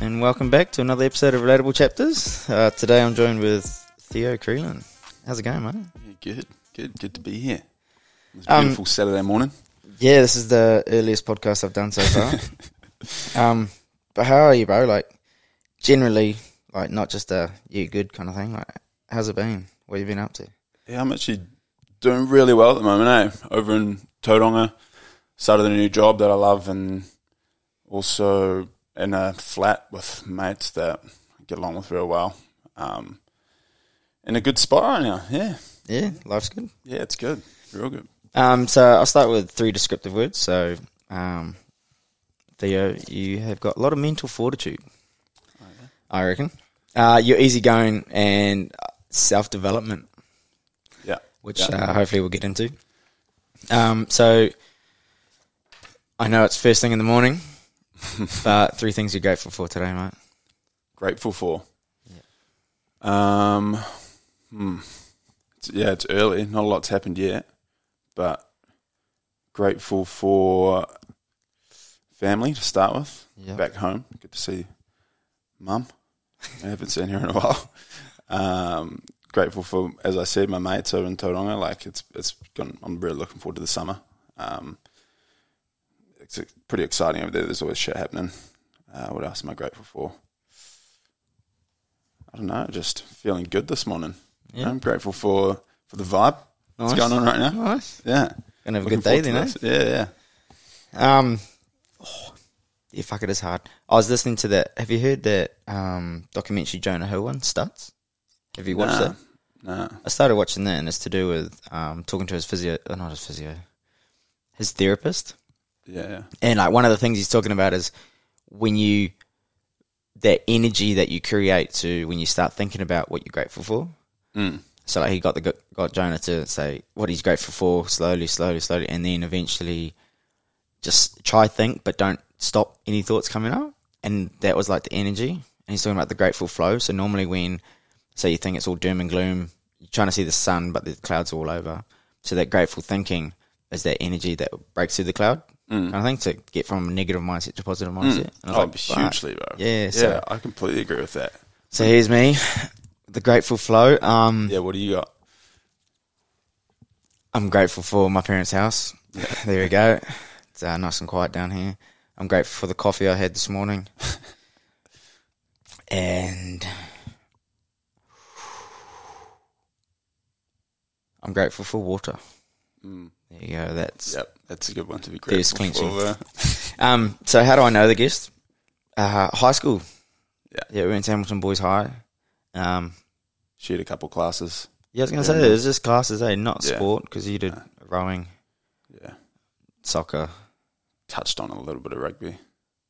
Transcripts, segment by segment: and welcome back to another episode of Relatable Chapters. Uh, today I'm joined with Theo Creelan. How's it going, mate? Yeah, good, good, good to be here. It's Um, beautiful Saturday morning. Yeah, this is the earliest podcast I've done so far. um, but how are you, bro? Like, generally, like not just a you good kind of thing. Like, how's it been? What have you been up to? Yeah, I'm actually doing really well at the moment. Eh? Over in Tauranga, started a new job that I love, and also in a flat with mates that I get along with real well. Um, in a good spot right now. Yeah, Yeah, life's good. yeah, it's good, real good. Um, so I'll start with three descriptive words. So, um, Theo, you have got a lot of mental fortitude. Oh, I reckon. Uh, you're easygoing and self development, Yeah, which yeah. uh, hopefully we'll get into. Um, so I know it's first thing in the morning, but three things you're grateful for today, mate. grateful for. Um, hmm. It's- yeah, it's early. Not a lot's happened yet, but grateful for family to start with. Yeah. Back home, good to see mum. I haven't seen her in a while. Um, grateful for, as I said, my mates over in Tauranga. Like it's it's gone. I'm really looking forward to the summer. Um, it's ex- pretty exciting over there. There's always shit happening. Uh, what else am I grateful for? I don't know, just feeling good this morning. Yeah. I'm grateful for, for the vibe that's Nice. going on right now. Nice. Yeah. Gonna have a Looking good day then, forward to eh? this. Yeah, yeah. Um, oh, yeah, fuck it is hard. I was listening to that. Have you heard that um, documentary Jonah Hill one, Stuts? Have you watched Nah, that? nah. I started watching that, and it's to do with um, talking to his physio, uh, not his physio, his therapist. Yeah, yeah. And like one of the things he's talking about is when you that energy that you create to when you start thinking about what you're grateful for. Mm. So like he got the got Jonah to say what he's grateful for slowly, slowly, slowly, and then eventually just try think, but don't stop any thoughts coming up. And that was like the energy. And he's talking about the grateful flow. So normally when so you think it's all doom and gloom, you're trying to see the sun, but the clouds are all over. So that grateful thinking is that energy that breaks through the cloud Mm. kind of thing to get from a negative mindset to positive Mm. mindset. And I Oh, was like, "Fuck." hugely, bro. Yeah, yeah. so- I completely agree with that. So here's me, the grateful flow. Um, Yeah, what do you got? I'm grateful for my parents' house. there we go. It's uh, nice and quiet down here. I'm grateful for the coffee I had this morning. and I'm grateful for water. Mm. There you go. That's Yep, that's a good one to be There's grateful for. cleansing. uh, Um, so how do I know the guest? Uh, high school. Yeah. Yeah, we went to Hamilton Boys High. Um, She had a couple classes. yeah, I was going to Yeah. say, it was just classes, eh? Not sport, 'cause Yeah. sport, because you did No. rowing, Yeah, soccer. touched on a little bit of rugby.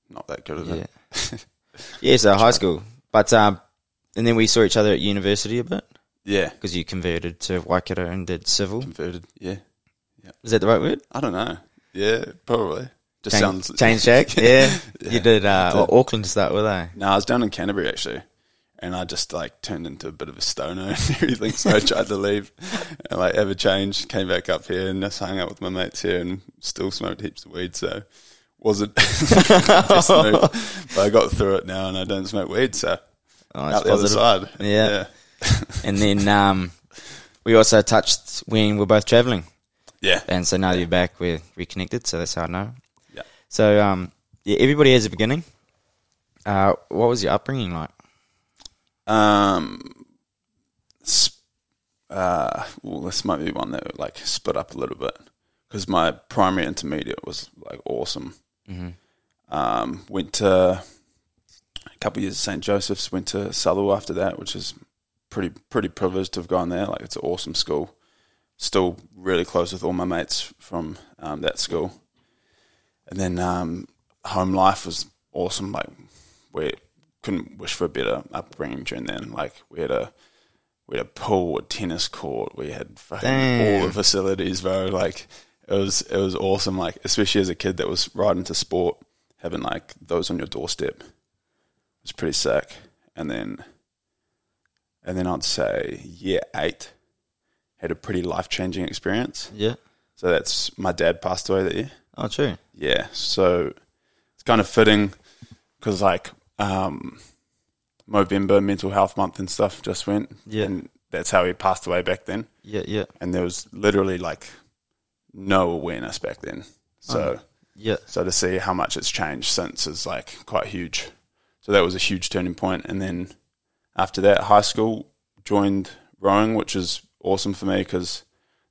Not that good at Yeah. it. yeah, so high school. But, um, and then we saw each other at university a bit, Yeah, because you converted to Waikato and did civil. converted. Yeah, Is that the right word? I don't know. Yeah, probably. Just Change, sounds change shack? Yeah. You Yeah, did, uh, I did. well, Auckland to start with, eh? No, I was down in Canterbury actually, and I just like turned into a bit of a stoner and everything. So I tried to leave and like have a change. Came back up here and just hung out with my mates here and still smoked heaps of weed. So wasn't best move. but I got through it now and I don't smoke weed. So Oh, that's out the other positive. side, Yeah. And then um, we also touched when we we're both traveling. yeah, yeah. And so now that you're back, we're reconnected. So that's how I know. Yeah. So um, yeah, everybody has a beginning. Uh, what was your upbringing like? Um, sp- uh, well, this might be one that would, like split up a little bit because my primary intermediate was like awesome. Mm-hmm. Um, went to a couple of years at St Joseph's. Went to Southall after that, which is pretty pretty privileged to have gone there. Like it's an awesome school. Still really close with all my mates from um, that school. And then um, home life was awesome. Like we couldn't wish for a better upbringing during then. Like we had a we had a pool, a tennis court. We had fucking Damn. all the facilities, bro. Like it was it was awesome. Like especially as a kid that was right into sport, having like those on your doorstep was pretty sick. And then and then I'd say year eight had a pretty life changing experience. Yeah. So that's my dad passed away that year. Oh, true. Yeah, so it's kind of fitting because like um, Movember Mental Health Month and stuff just went. Yeah. And that's how he passed away back then. Yeah, yeah, And there was literally like no awareness back then. So yeah. so to see how much it's changed since is like quite huge. So that was a huge turning point. And then after that, high school joined rowing, which is awesome for me because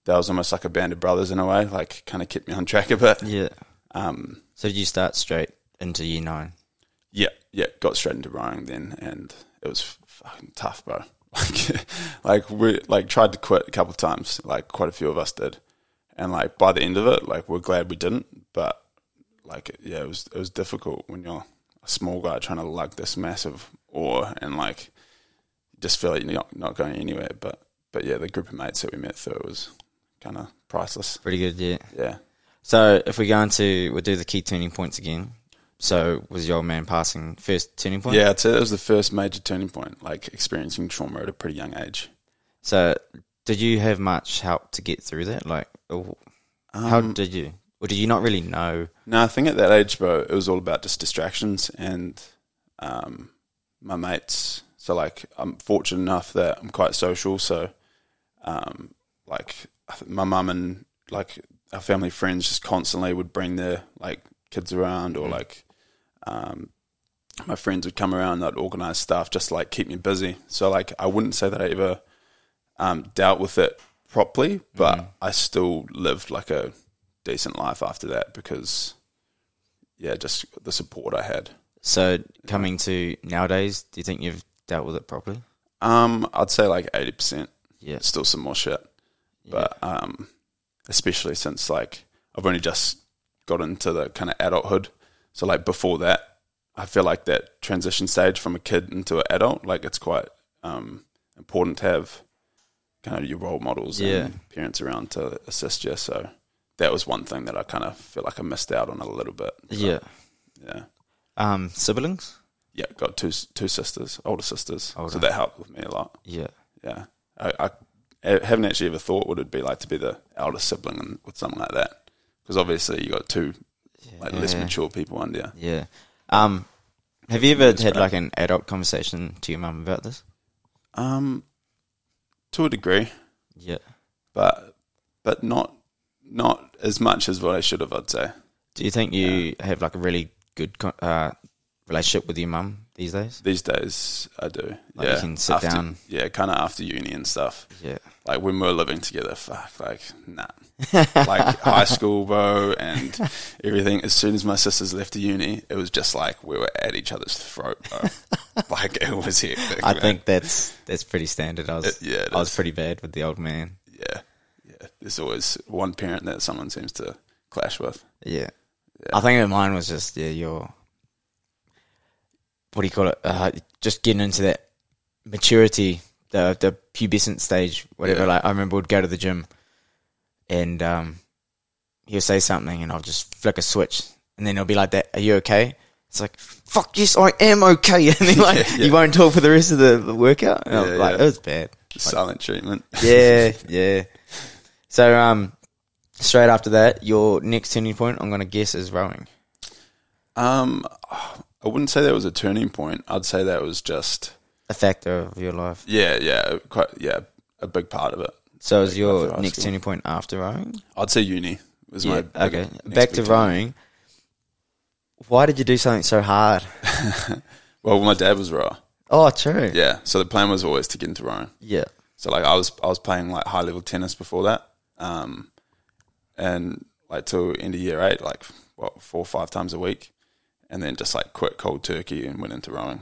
that was almost like a band of brothers in a way. Like kind of kept me on track a bit. Yeah. Um, So did you start straight into year nine? yeah, yeah, got straight into rowing then, and it was fucking tough, bro. Like, like we like tried to quit a couple of times. Like quite a few of us did, and like by the end of it, like we're glad we didn't. But like, yeah, it was it was difficult when you're a small guy trying to lug this massive oar and like just feel like you're not, not going anywhere. But but yeah, the group of mates that we met through it was kind of priceless. Pretty good, yeah. Yeah. So if we go into, we'll do the key turning points again. So was your old man passing first turning point? Yeah, I'd say that was the first major turning point, like experiencing trauma at a pretty young age. So did you have much help to get through that? Like, or how Um, did you, or did you not really know? No, I think at that age, bro, it was all about just distractions and um, my mates. So, like, I'm fortunate enough that I'm quite social. So, um, like, I think my mum and like our family friends just constantly would bring their like kids around, or like um, my friends would come around. They'd organize stuff just to, like keep me busy. So, like, I wouldn't say that I ever um, dealt with it properly, but I still lived like a decent life after that because yeah, just the support I had. So coming to nowadays, do you think you've dealt with it properly? Um, I'd say like eighty percent. Yeah. Still some more shit. But um especially since like I've only just got into the kind of adulthood. So like before that, I feel like that transition stage from a kid into an adult, like it's quite um important to have kind of your role models Yeah. and parents around to assist you. So that was one thing that I kind of feel like I missed out on a little bit. So, Yeah. Yeah. Um, siblings? yeah, got two two sisters, older sisters, Older. so that helped with me a lot. Yeah. Yeah, I, I, I haven't actually ever thought what it'd be like to be the elder sibling and, with something like that, because obviously you got two like less Yeah. mature people under you. Yeah. Um, have you ever had right. like an adult conversation to your mum about this? Um, to a degree, Yeah. but but not not as much as what I should have. I'd say. Do you think you have like a really good co- uh, relationship with your mum these days? These days, I do. Like, you yeah, can sit after, down. Yeah, kind of after uni and stuff. Yeah. like when we were living together, fuck, like nah, like high school, bro, and everything. As soon as my sisters left the uni, it was just like we were at each other's throat, bro. like it was hectic. I man. think that's that's pretty standard. I was It- yeah, it I was is. pretty bad with the old man. yeah, yeah. There's always one parent that someone seems to clash with. Yeah. I think mine was just yeah, your what do you call it? Uh, just getting into that maturity, the the pubescent stage, whatever. Yeah. Like I remember we'd go to the gym, and um, he'll say something, and I'll just flick a switch, and then he'll be like, "That are you okay?" It's like, "Fuck yes, I am okay," and then like Yeah, yeah. you won't talk for the rest of the, the workout. And I'm Yeah, like yeah. it was bad. Silent treatment. Yeah, yeah. So um, straight after that, your next turning point, I'm gonna guess, is rowing. Um, I wouldn't say that was a turning point. I'd say that was just a factor of your life. yeah, yeah, quite yeah, a big part of it. So is after your high next school. turning point after rowing? I'd say uni was my big- okay. next Back big to turning rowing. Why did you do something so hard? Well, my dad was raw. Oh, true. Yeah. Yeah, so the plan was always to get into rowing. So like I was I was playing like high level tennis before that, um, and like till end of year eight, like what four or five times a week, and then just like quit cold turkey and went into rowing.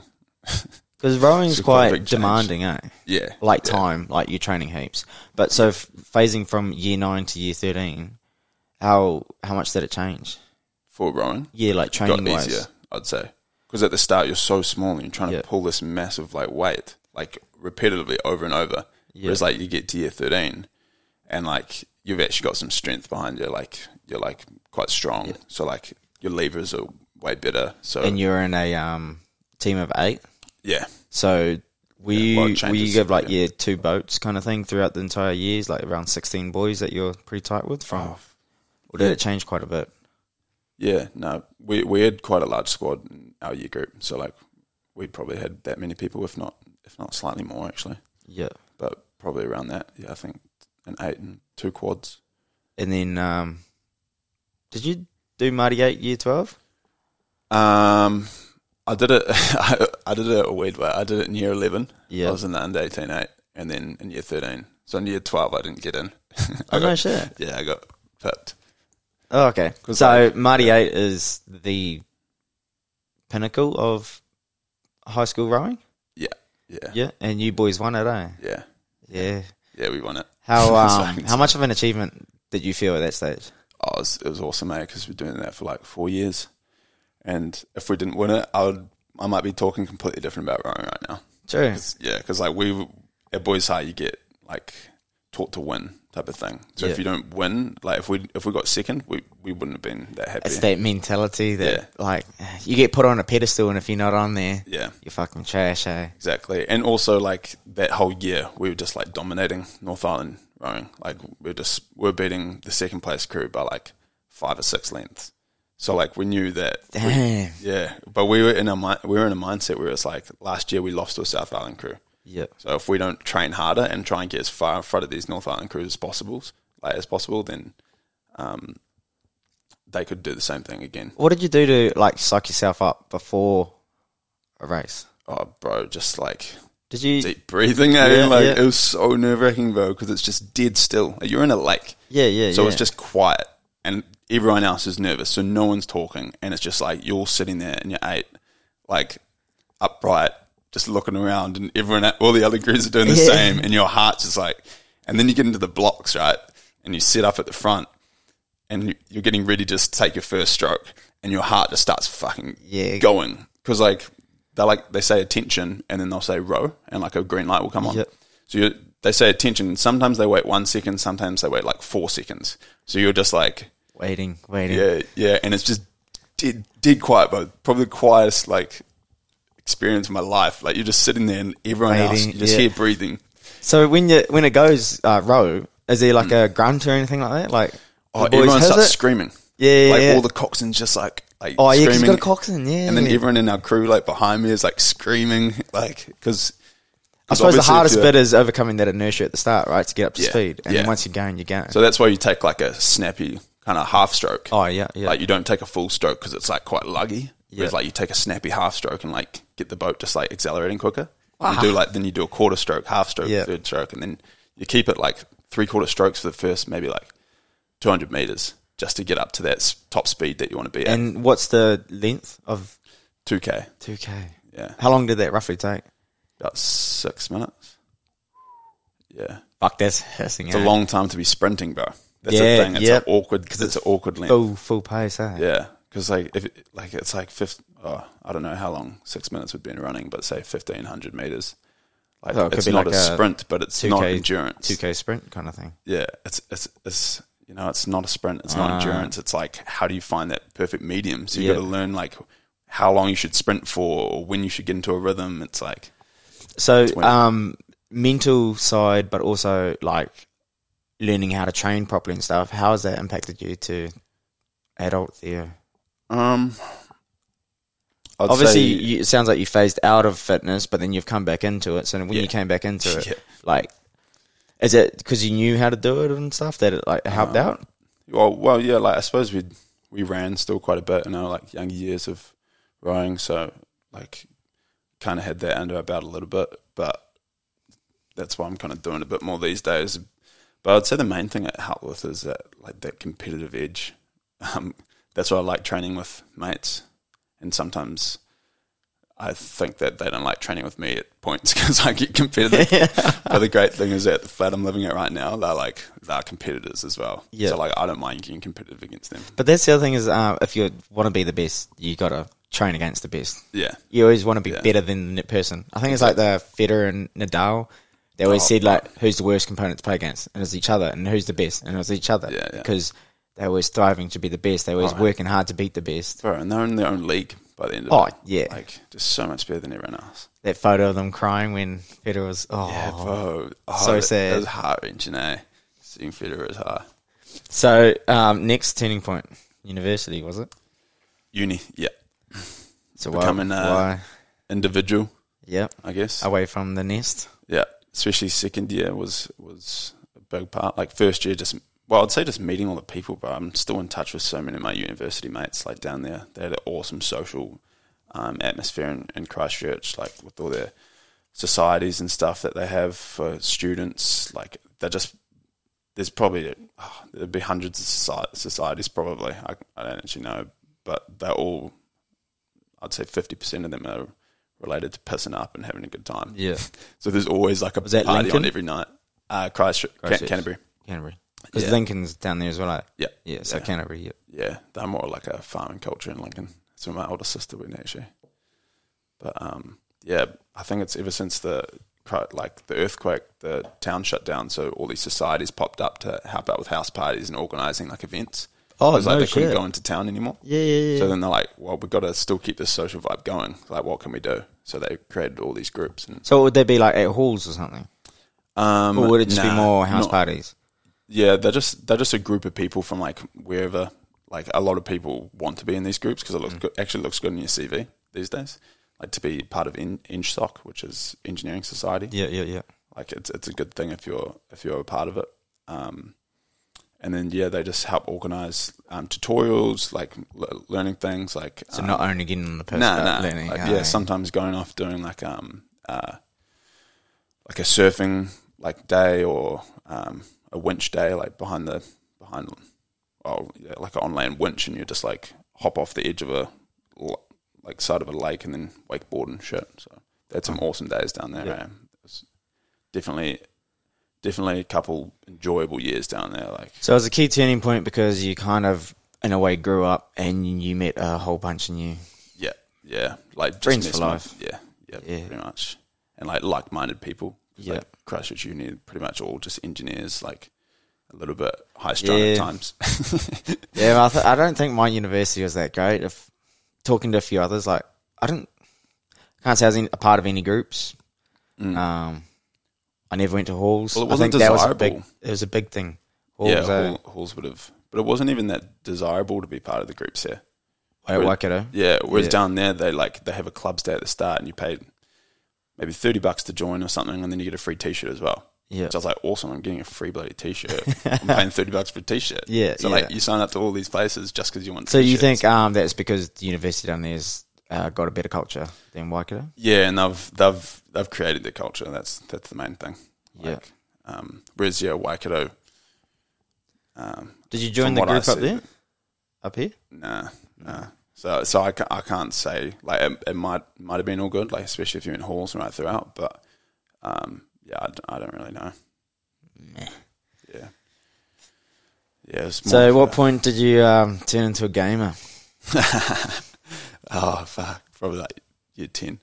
Because rowing's It's quite a big quite change. demanding, eh? Yeah, Like yeah. time, like you're training heaps. But so f- phasing from year nine to year 13, how how much did it change? for rowing Yeah, like got training wise. easier, I'd say, because at the start you're so small and you're trying Yeah. to pull this massive like weight like repetitively over and over. Whereas like you get to year thirteen, and like you've actually got some strength behind you, like you're like quite strong. So like your levers are way better. So And you're in a um, team of eight. yeah, So we a lot you of were you changes, give like yeah. yeah two boats kind of thing throughout the entire years, like around sixteen boys that you're pretty tight with from, or did it change quite a bit? Yeah, no, we we had quite a large squad in our year group. So like we probably had that many people, if not if not slightly more actually, Yeah. but probably around that. Yeah, I think an eight and two quads. And then, um, did you do Marty Gate year 12? Um, I did it. I, I did it a weird way. I did it in year eleven. Yeah. I was in the under eighteen eight, and then in year thirteen. So in year twelve, I didn't get in. Oh, I no got, shit. yeah, I got picked. Oh, okay. 'Cause So I- Marty yeah. 8 is the pinnacle of high school rowing. Yeah, yeah, yeah, Yeah. And you boys won it, eh? yeah. Yeah. we won it. How, That's um, right. how much of an achievement did you feel at that stage? Oh, it was, it was awesome, mate. Because we've been doing that for like four years, and if we didn't win it, I would. I might be talking completely different about rowing right now. True. Yeah, because like we at Boys High, you get like taught to win type of thing. So Yeah. if you don't win, like if we if we got second, we, we wouldn't have been that happy. It's that mentality that, like, you get put on a pedestal, and if you're not on there, yeah, you're fucking trash, eh? exactly. And also like that whole year, we were just like dominating North Island rowing. Like we are just we are beating the second place crew by like five or six lengths. So like we knew that. we- Damn. yeah, but we were in a mi- we were in a mindset where it's like last year we lost to a South Island crew. Yeah. So if we don't train harder and try and get as far in front of these North Island crews as possible, like as possible, then um, they could do the same thing again. What did you do to, like, psych yourself up before a race? Oh, bro, just like Did you? deep breathing. eh? Yeah, like yeah. it was so nerve wracking, bro, because it's just dead still. Like, You're in a lake, Yeah, yeah, so yeah. it's just quiet, and everyone else is nervous, so no one's talking, and it's just like you're sitting there and you're eight, like upright, just looking around, and everyone, all the other crews are doing the Yeah. same, and your heart's just like, and then you get into the blocks, right, and you sit up at the front, and you- you're getting ready to just take your first stroke, and your heart just starts fucking Yeah. going because like they like they say attention, and then they'll say row, and like a green light will come on. Yep. So you they say attention. and Sometimes they wait one second, sometimes they wait like four seconds. So you're just like waiting, waiting. yeah, yeah, and it's just dead, dead quiet, but probably the quietest like experience of my life. Like you're just sitting there, and everyone else Waiting, you just yeah. hear breathing. So when you when it goes uh, row, is there like a grunt or anything like that? Like Mm. Oh, the boys, everyone "How's starts it?" screaming. Yeah, yeah, like yeah. all the coxswains just like like Oh yeah, 'cause screaming. you got a coxswain. Yeah, and then everyone in our crew, like behind me, is like screaming, like because I suppose the hardest bit is overcoming that inertia at the start, right? To get up to Yeah, speed, and yeah. then once you're going, you're going. So that's why you take like a snappy kind of half stroke. oh yeah, yeah, Like you don't take a full stroke because it's like quite luggy. Whereas Yeah. like you take a snappy half stroke and like get the boat just like accelerating quicker. You do like then you do a quarter stroke, half stroke, Yeah. third stroke, and then you keep it like three quarter strokes for the first maybe like two hundred meters just to get up to that s- top speed that you want to be at. and what's the length of Two k, two k? yeah, How long did that roughly take? about six minutes. Yeah, Fuck, that's hissing. it's a long time to be sprinting, bro. That's Yeah, the thing. It's yep. an awkward because it's an awkward length. full full pace. Eh? Yeah, because like if it, like it's like fifth, oh, I don't know how long six minutes would be in running, but say fifteen hundred meters. Like Oh, it could it's be not like a, a sprint, but it's 2K not endurance. Two k sprint kind of thing. Yeah, it's it's it's you know it's not a sprint, it's not Ah. endurance. It's like how do you find that perfect medium? So you Yeah. got to learn like how long you should sprint for, or when you should get into a rhythm. It's like So, when- um, mental side, but also like learning how to train properly and stuff. How has that impacted you to adult there? um. I'd Obviously, say- you, it sounds like you phased out of fitness, but then you've come back into it. So when you Yeah. came back into it, Yeah. like, is it because you knew how to do it and stuff that it like helped out? Well, well, yeah. Like I suppose we we ran still quite a bit in our like young years of rowing, so like kind of had that under our belt a little bit. But that's why I'm kind of doing a bit more these days. But I'd say the main thing it helped with is that like that competitive edge. Um, that's why I like training with mates, and sometimes I think that they don't like training with me at points because I get competitive. But the great thing is that the flat I'm living at right now, they're like they're competitors as well. Yeah. So like I don't mind getting competitive against them. But that's the other thing is, uh, if you want to be the best, you got to train against the best. Yeah. you always want to be Yeah. better than the ne- person. I think it's like the Federer and Nadal. They always Oh, said like, "Who's the worst component to play against?" And it's each other, and who's the best? And it's each other. Yeah, yeah. Because they're always striving to be the best. They're always Oh, yeah. working hard to beat the best. Bro, and they're in their own league by the end of Oh, it. yeah. Like just so much better than everyone else. That photo of them crying when Federer was oh. Yeah, bro. Oh, so that, sad. That was heart wrenching, eh? Seeing Federer is hard. So um, next turning point, university was it? Uni, yeah. So Becoming, why, uh, why? individual, Yep. I guess. Away from the nest. Yeah, especially second year was was a big part. Like first year, just well, I'd say just meeting all the people, but I'm still in touch with so many of my university mates. Like down there, they had an awesome social um, atmosphere in, in Christchurch, like with all their societies and stuff that they have for students. Like they're just there's probably oh, there'd be hundreds of soci- societies probably. I, I don't actually know, but they're all. I'd say fifty percent of them are related to pissing up and having a good time. Yeah. So there's always like a Was that party Lincoln? on every night. Uh, Christchurch, Can- Christchurch. Canterbury. Canterbury. Because Yeah. Lincoln's down there as well. Like. Yeah. Yeah. So Yeah. Canterbury. Yep. Yeah, they're more like a farming culture in Lincoln. That's where my older sister went actually. But um, yeah, I think it's ever since the cri- like the earthquake, the town shut down, so all these societies popped up to help out with house parties and organising like events. Oh, It was like no they couldn't shit. go into town anymore. Yeah. Yeah. So then they're like, well, we've got to still keep this social vibe going. Like, what can we do? So they created all these groups. And, So would they be like at halls or something, um, or would it just be nah, more house not- parties? Yeah, they're just they're just a group of people from like wherever. Like a lot of people want to be in these groups because it looks good, actually looks good in your CV these days. Like to be part of in, IngeSoc, which is Engineering Society. Yeah. Yeah. Yeah. Like it's it's a good thing if you're if you're a part of it. Um, and then yeah, they just help organize um, tutorials, like l- learning things, like So um, not only getting on the piss, no, but no. learning. Like, how yeah, they- sometimes going off doing like um uh like a surfing like day or um a winch day like behind the behind oh yeah, like an on land winch and you just like hop off the edge of a l- like side of a lake and then wakeboard and shit. So that's some awesome days down there. Yeah. eh? It's definitely definitely a couple enjoyable years down there. Like So it was a key turning point because you kind of, in a way, grew up and you met a whole bunch of new. Yeah, yeah, like just Friends for messing life. with- Yeah, yeah, Yeah. pretty much, and like like-minded people. 'Cause, Yeah. like Christchurch Uni, pretty much all just engineers, like a little bit high strung Yeah. at times. Yeah, well, I, th- I don't think my university was that great. If talking to a few others, like I didn't, can't say I was in, a part of any groups. Um, I never went to halls. Mm. Well, it I think wasn't that was a big. desirable. It was a big thing. Halls, yeah, uh, Hall, Halls would have, but it wasn't even that desirable to be part of the groups here. at Waikato. Yeah, whereas Yeah. down there they like they have a clubs day at the start, and you pay maybe thirty bucks to join or something, and then you get a free T-shirt as well. Yeah. So I was like, awesome, I'm getting a free bloody T-shirt. I'm paying thirty bucks for a T-shirt. Yeah, So yeah. like you sign up to all these places just because you want. So you t-shirts. think um, that's because the university down there's uh, got a better culture than Waikato? Yeah, and they've they've they've created the culture. That's that's the main thing. Yeah. Um, whereas yeah, Waikato. Um, Did you join From the what I group up see, there? Up here? nah, nah. So so I, ca- I can't say like it, it might might have been all good, like especially if you're in halls right throughout. But um, yeah, I, d- I don't really know. Yeah. Yeah. It's So, more at of what a- point did you um, turn into a gamer? Oh fuck! Probably like year ten.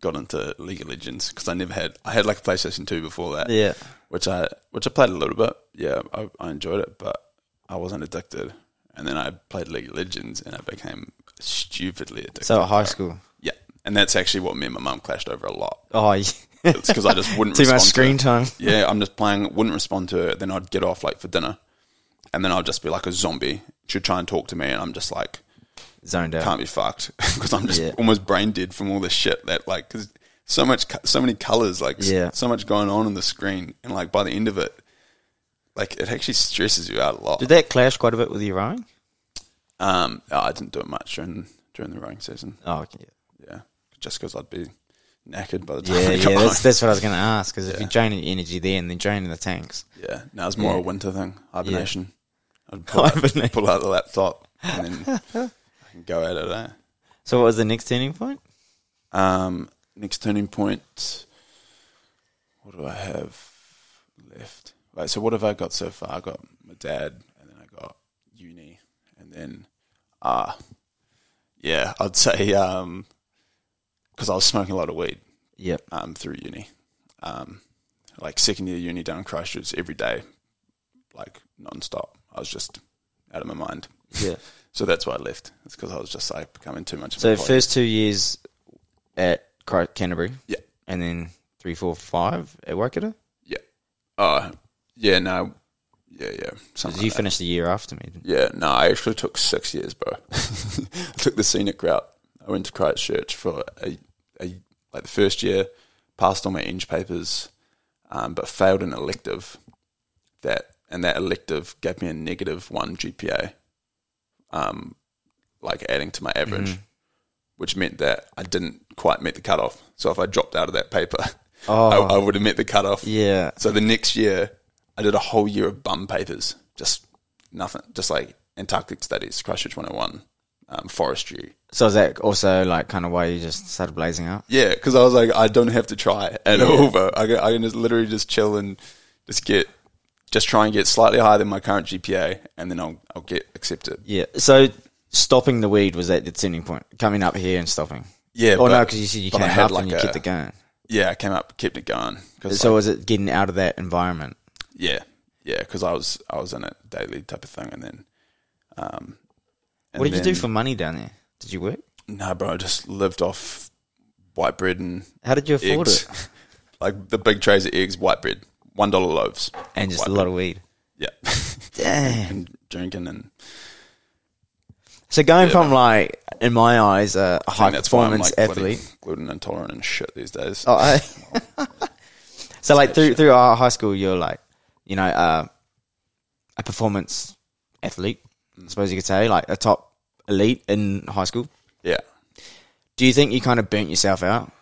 Got into League of Legends because I never had. I had like a PlayStation two before that. Yeah. which I which I played a little bit. Yeah, I, I enjoyed it, but I wasn't addicted. And then I played League of Legends, and I became stupidly addicted. So at high school. yeah, and that's actually what me and my mum clashed over a lot. Oh, yeah. too It's because I just wouldn't much respond screen To time. her. Yeah, I'm just playing, wouldn't respond to her. Then I'd get off like for dinner, and then I'd just be like a zombie. She'd try and talk to me, and I'm just like, Zoned out. can't be fucked because I'm just Yeah. almost brain dead from all this shit that like because so much co- so many colors like s- Yeah. so much going on on the screen and like by the end of it like it actually stresses you out a lot. Did that clash quite a bit with your rowing? Um, oh, I didn't do it much during during the rowing season. Oh, okay. Yeah, just because I'd be knackered by the time. yeah, I got yeah. That's, home. that's what I was going to ask. Because if Yeah. you're draining energy there and then draining the tanks, yeah. Now it's more a winter thing, hibernation. I'd pull Hibernate. out, pull out the laptop and then I can go at it. Eh? so what was the next turning point? Um, next turning point. What do I have left? Right. So what have I got so far? I got my dad, and then I got uni, and then ah, yeah, I'd say um, because I was smoking a lot of weed Yep. um through uni, um, like second year uni down in Christchurch every day, like non-stop. I was just out of my mind. Yeah. So that's why I left. It's because I was just like becoming too much. Of So a player. first two years at Cri- Canterbury, yeah, and then three, four, five at Waikato. Yeah. Uh yeah, no. Yeah, yeah. 'Cause Something you like that. finished the year after me. Didn't you? Yeah, no, I actually took six years, bro. I took the scenic route. I went to Christchurch for a, a, like the first year, passed all my Eng papers, um, but failed an elective. That and that elective gave me a negative one GPA, um, like adding to my average, which meant that I didn't quite meet the cutoff. So if I dropped out of that paper, I, I would have met the cutoff. Yeah. So the next year, I did a whole year of bum papers, just nothing, just like Antarctic studies, Christchurch 101, um, forestry. So is that also like kind of why you just started blazing up? Yeah, because I was like, I don't have to try at all, bro. I can, I can just literally just chill and just get, just try and get slightly higher than my current GPA, and then I'll I'll get accepted. Yeah. So stopping the weed was at the turning point, coming up here and stopping. Yeah, Or no, 'cause no, but- because you said you but I came had up like and you a- kept it going. Yeah, I came up, kept it going. 'Cause, So was it getting out of that environment? yeah, yeah, because I was I was in it daily type of thing, and then. Um, and What did you do then- for money down there? Did you work? No, bro, I just lived off white bread and How did you afford eggs. it? like the big trays of eggs, white bread, one dollar loaves, And just White a lot of weed. bread. yeah, Damn. and drinking and So going Yeah. from like, in my eyes, a high and that's why I'm performance like bloody athlete. gluten intolerant and shit these days. Oh, I- so like through through our high school, you're like, you know, uh, a performance athlete. I Mm. suppose you could say like a top elite in high school. Yeah. Do you think you kind of burnt yourself out,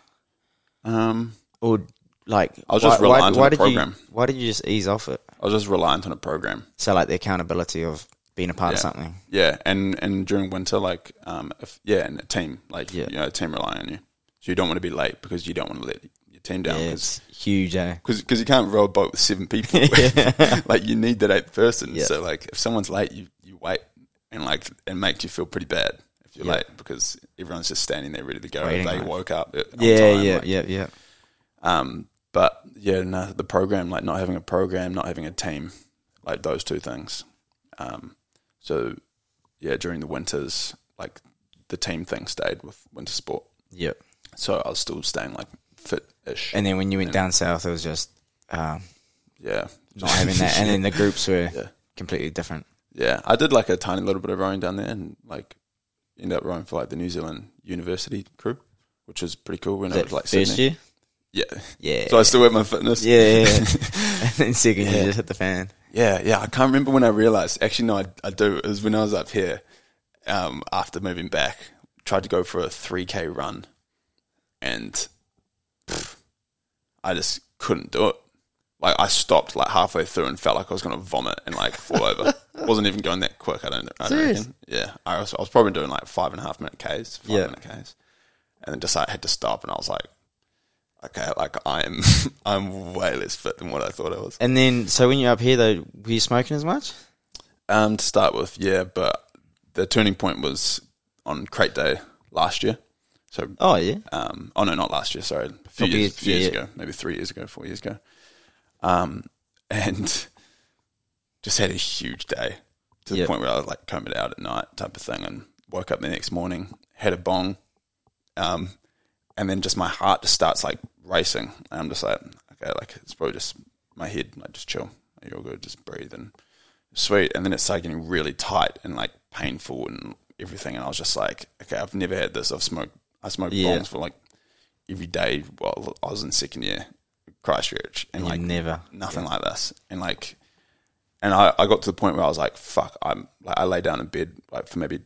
Um, or like I was just reliant on the did program. you why did you just ease off it? I was just reliant on a program. So like the accountability of being a part of Yeah. something. Yeah, and and during winter, like um, if, yeah, and a team, like Yeah. you know, a team relying on you, so you don't want to be late because you don't want to let your team down. Yeah, 'cause it's huge, eh? because you can't row a boat with seven people. like you need that eighth person. Yeah. So like if someone's late, you, you wait and like it makes you feel pretty bad if you're Yeah. late because everyone's just standing there ready to go. Waiting, they right? woke up. At on Yeah, time, yeah, like- yeah, yeah. Um, but yeah, no, the program like not having a program, not having a team, like those two things. Um, so yeah, during the winters, like the team thing stayed with winter sport. Yeah. So I was still staying like fit ish. And then when you went down south, it was just um, Yeah, not having that. And then the groups were Yeah. completely different. Yeah, I did like a tiny little bit of rowing down there, and like ended up rowing for like the New Zealand University crew, which was pretty cool. When Was it that was like first Sydney. year? yeah. Yeah. So I still had my fitness. yeah, yeah, yeah. and then second Yeah. you just hit the fan. yeah, yeah. I can't remember when I realized. Actually, no, I, I do. It was when I was up here, um, after moving back, tried to go for a three k run, and pff, I just couldn't do it. Like I stopped like halfway through and felt like I was going to vomit and like fall over. wasn't even going that quick. I don't. I don't Serious? reckon. Yeah, I was, I was probably doing like five and a half minute k's, five Yeah. minute k's, and then just I had to stop and I was like, okay, like I'm I'm way less fit than what I thought I was. And then, so when you're up here, though, were you smoking as much? Um, to start with, yeah, but the turning point was on crate day last year. So, Oh, yeah. um, oh no, not last year. Sorry, a few, Couple years, years- few years yeah, yeah. ago, maybe three years ago, four years ago. Um, and just had a huge day to the Yep. point where I was like combed out at night, type of thing, and woke up the next morning, had a bong, um, and then just my heart just starts like racing, and I'm just like, okay, like it's probably just my head, like just chill, you're all good, just breathe and sweet. And then it started getting really tight and like painful and everything. And I was just like, okay, I've never had this. I've smoked, I smoked Yeah. bongs for like every day while I was in second year, Christchurch, and You like never. nothing like this. And like, and I, I got to the point where I was like, fuck, I'm like, I lay down in bed like for maybe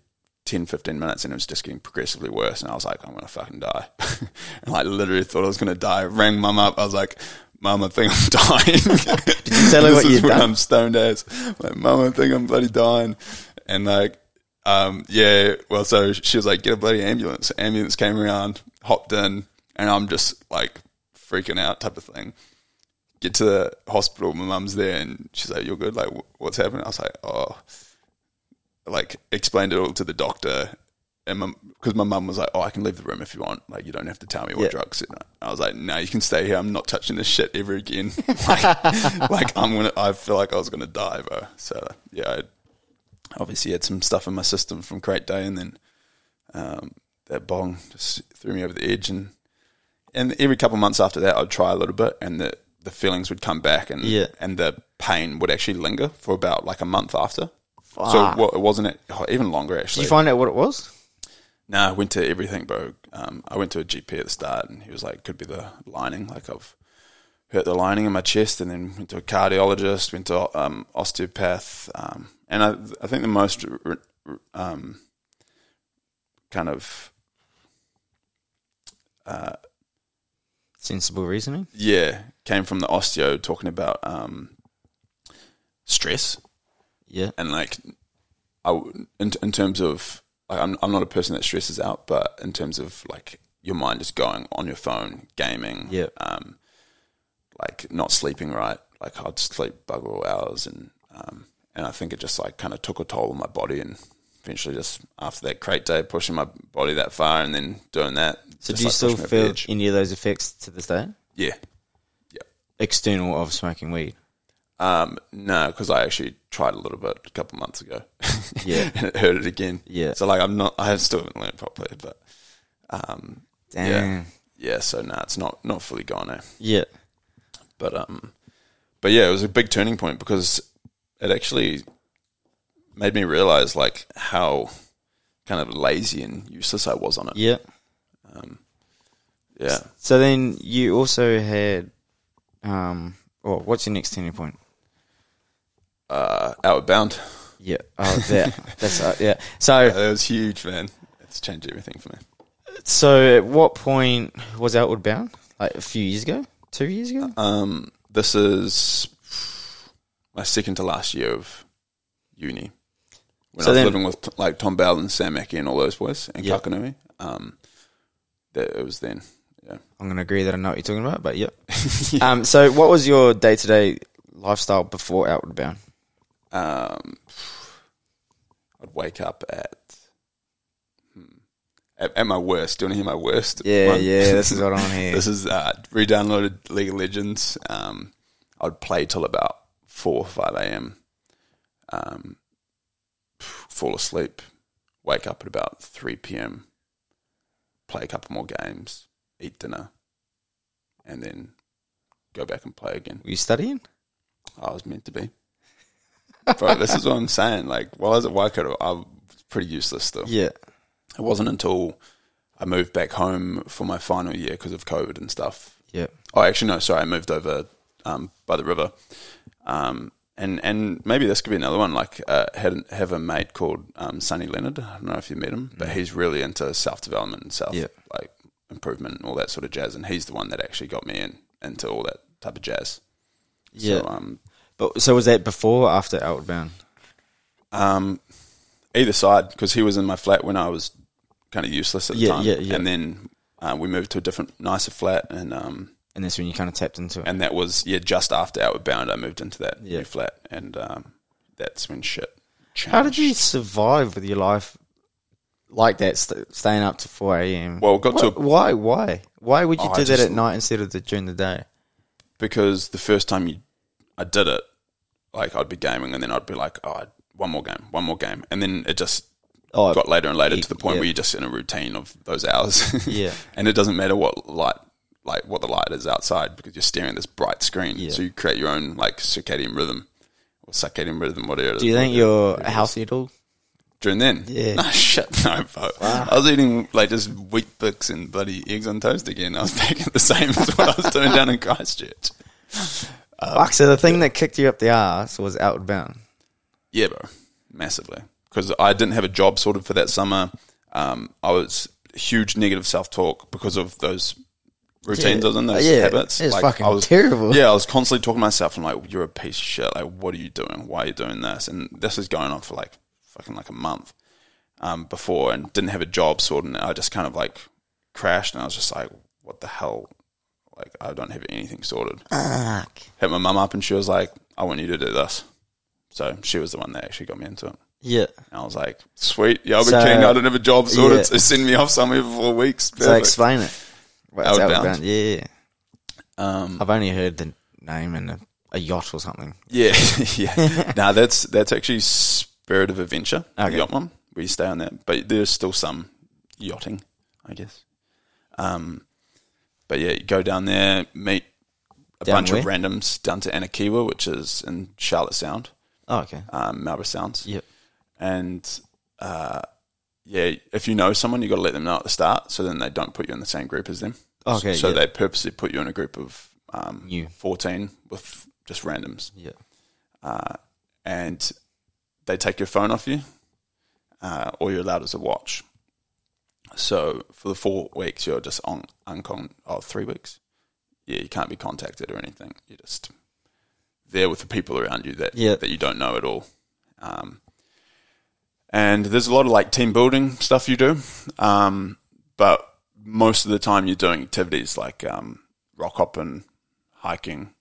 10, 15 minutes and it was just getting progressively worse. And I was like, I'm going to fucking die. and like, literally thought I was going to die. Rang mum up. I was like, mum, I think I'm dying. Did you tell her this what is you'd when done? I'm stoned ass. Like, mum, I think I'm bloody dying. And like, um, yeah, well, so she was like, get a bloody ambulance. Ambulance came around, hopped in, and I'm just like freaking out type of thing get to the hospital. My mum's there, and she's like, "You're good. Like, wh- what's happening?" I was like, "Oh," like explained it all to the doctor, and because my mum was like, "Oh, I can leave the room if you want. Like, you don't have to tell me what Yeah. drugs." And I was like, "No, you can stay here. I'm not touching this shit ever again. like, like, I'm gonna. I feel like I was gonna die, bro." So yeah, I obviously had some stuff in my system from Crate Day, and then um, that bong just threw me over the edge and and every couple of months after that, I'd try a little bit, and the the feelings would come back, and Yeah. and the pain would actually linger for about like a month after. So Fuck. it wa- it wasn't it, oh, even longer Did actually. you find out what it was? Nah, I went to everything, bro. Um, I went to a GP at the start, and he was like, "Could be the lining." Like I've hurt the lining in my chest, and then went to a cardiologist, went to um, osteopath, um, and I, I think the most r- r- um, kind of Sensible reasoning. yeah came from the osteo talking about um, stress Yeah. and like I w- in, in terms of like I'm I'm not a person that stresses out, but in terms of like your mind is going on your phone, gaming, Yeah. um, like not sleeping right, like I'd sleep bugger all hours, and um, and I think it just like kind of took a toll on my body, and eventually just after that crate day, pushing my body that far, and then doing that. So just, do you like, still pushed me over the feel edge. any of those effects to this day? Yeah, External of smoking weed. Um, no, because I actually tried a little bit a couple months ago. Yeah. and it hurt it again. Yeah. So like I'm not, I still haven't learned properly, but Damn. Yeah. yeah. So no, it's not not fully gone. Eh? Yeah. But um, but yeah, it was a big turning point because it actually made me realize like how kind of lazy and useless I was on it. Yeah. Yeah. So then you also had, um, well, what's your next turning point? Uh, outward bound. Yeah. Oh, yeah. That's uh, yeah. So, That was huge, man. It's changed everything for me. so at what point was Outward Bound? Like a few years ago, two years ago. Um, this is my second to last year of uni. When So I was then- living with t- like Tom Bell and Sam Mackey and all those boys in Yeah. Kakanui. Um, that it was then. Yeah. I'm gonna agree that I know what you're talking about, but yep. Um, so what was your day to day lifestyle before Outward Bound? Um, I'd wake up at, hmm, at at my worst. Do you want to hear my worst? Yeah, one? yeah, this is what I'm here. This is uh, re-downloaded League of Legends. Um, I'd play till about four or five a.m. Um, fall asleep, wake up at about three p.m. Play a couple more games, eat dinner, and then go back and play again. Were you studying? I was meant to be. Bro, this is what I'm saying. Like, while I was at Waikato, I was pretty useless still. Yeah. It wasn't until I moved back home for my final year because of COVID and stuff Yeah. Oh, actually, no. Sorry, I moved over um, by the river, um, and and maybe this could be another one. Like, uh, had have a mate called um, Sonny Leonard. I don't know if you met him, but he's really into self development and self Mm. Yeah. like improvement and all that sort of jazz. And he's the one that actually got me in into all that type of jazz. Yeah. So, um, but so was that before or after Outward Bound? um, either side, because he was in my flat when I was kind of useless at the Yeah, time, yeah, yeah. and then uh, we moved to a different, nicer flat, and um, And that's when you kind of tapped into it. and that was yeah just after Outward Bound I moved into that Yeah. new flat, and um, that's when shit. Changed. How did you survive with your life like that, st- staying up to 4 a.m.? Well, it got to Wh- why? Why? Why would you Oh, do I that just- at night instead of the, during the day? because the first time you, I did it, like I'd be gaming, and then I'd be like, oh, one more game, one more game, and then it just Oh, got later and later y- to the point yeah. where you're just in a routine of those hours. Yeah. and it doesn't matter what light like what the light is outside because you're staring at this bright screen. Yeah. So you create your own like circadian rhythm or circadian rhythm, whatever. do you think you're healthy at all? during then? Yeah. No shit, no, bro. I was eating like just wheat bix and bloody eggs on toast again. I was back at the same as what I was doing down in Christchurch. Fuck, so the thing that kicked you up the ass was Outward Bound. Yeah, bro, massively. Because I didn't have a job sorted for that summer. Um, I was huge negative self talk because of those Yeah. routines I was in, those Yeah, habits. it's fucking I was, terrible. Yeah, I was constantly talking to myself and like, "You're a piece of shit. Like, what are you doing? Why are you doing this?" And this was going on for like fucking like a month um, before, and didn't have a job sorted. And I just kind of like crashed, and I was just like, "What the hell?" Like, I don't have anything sorted Fuck. hit my mum up and she was like, I want you to do this. So she was the one that actually got me into it. Yeah. And I was like, sweet, yeah, I'll be So- keen. I don't have a job sorted. Yeah. So send me off somewhere for four weeks. So Perfect. explain it. Well, it's Outward Outward Bound. Bound, Yeah, yeah. um, I've only heard the name and a, a yacht or something. yeah, yeah. now that's that's actually Spirit of Adventure, the Okay. yacht one. We stay on that, but there's still some yachting, I guess. Um, but yeah, you go down there, meet a Down bunch of where? randoms down to Anakiwa, which is in Charlotte Sound, Oh, okay. um, Marlborough Sounds. Yep. and uh, yeah, if you know someone, you got to let them know at the start, so then they don't put you in the same group as them. Oh, Okay, So yeah. they purposely put you in a group of um, New. fourteen with just randoms, Yeah. and they take your phone off you, uh, or you're allowed as a watch. So for the four weeks, you're just on uncon. Oh, three weeks. Yeah, you can't be contacted or anything. You're just there with the people around you that Yeah. that you don't know at all. Um, and there's a lot of like team building stuff you do, um, but most of the time you're doing activities like um, rock hopping, hiking,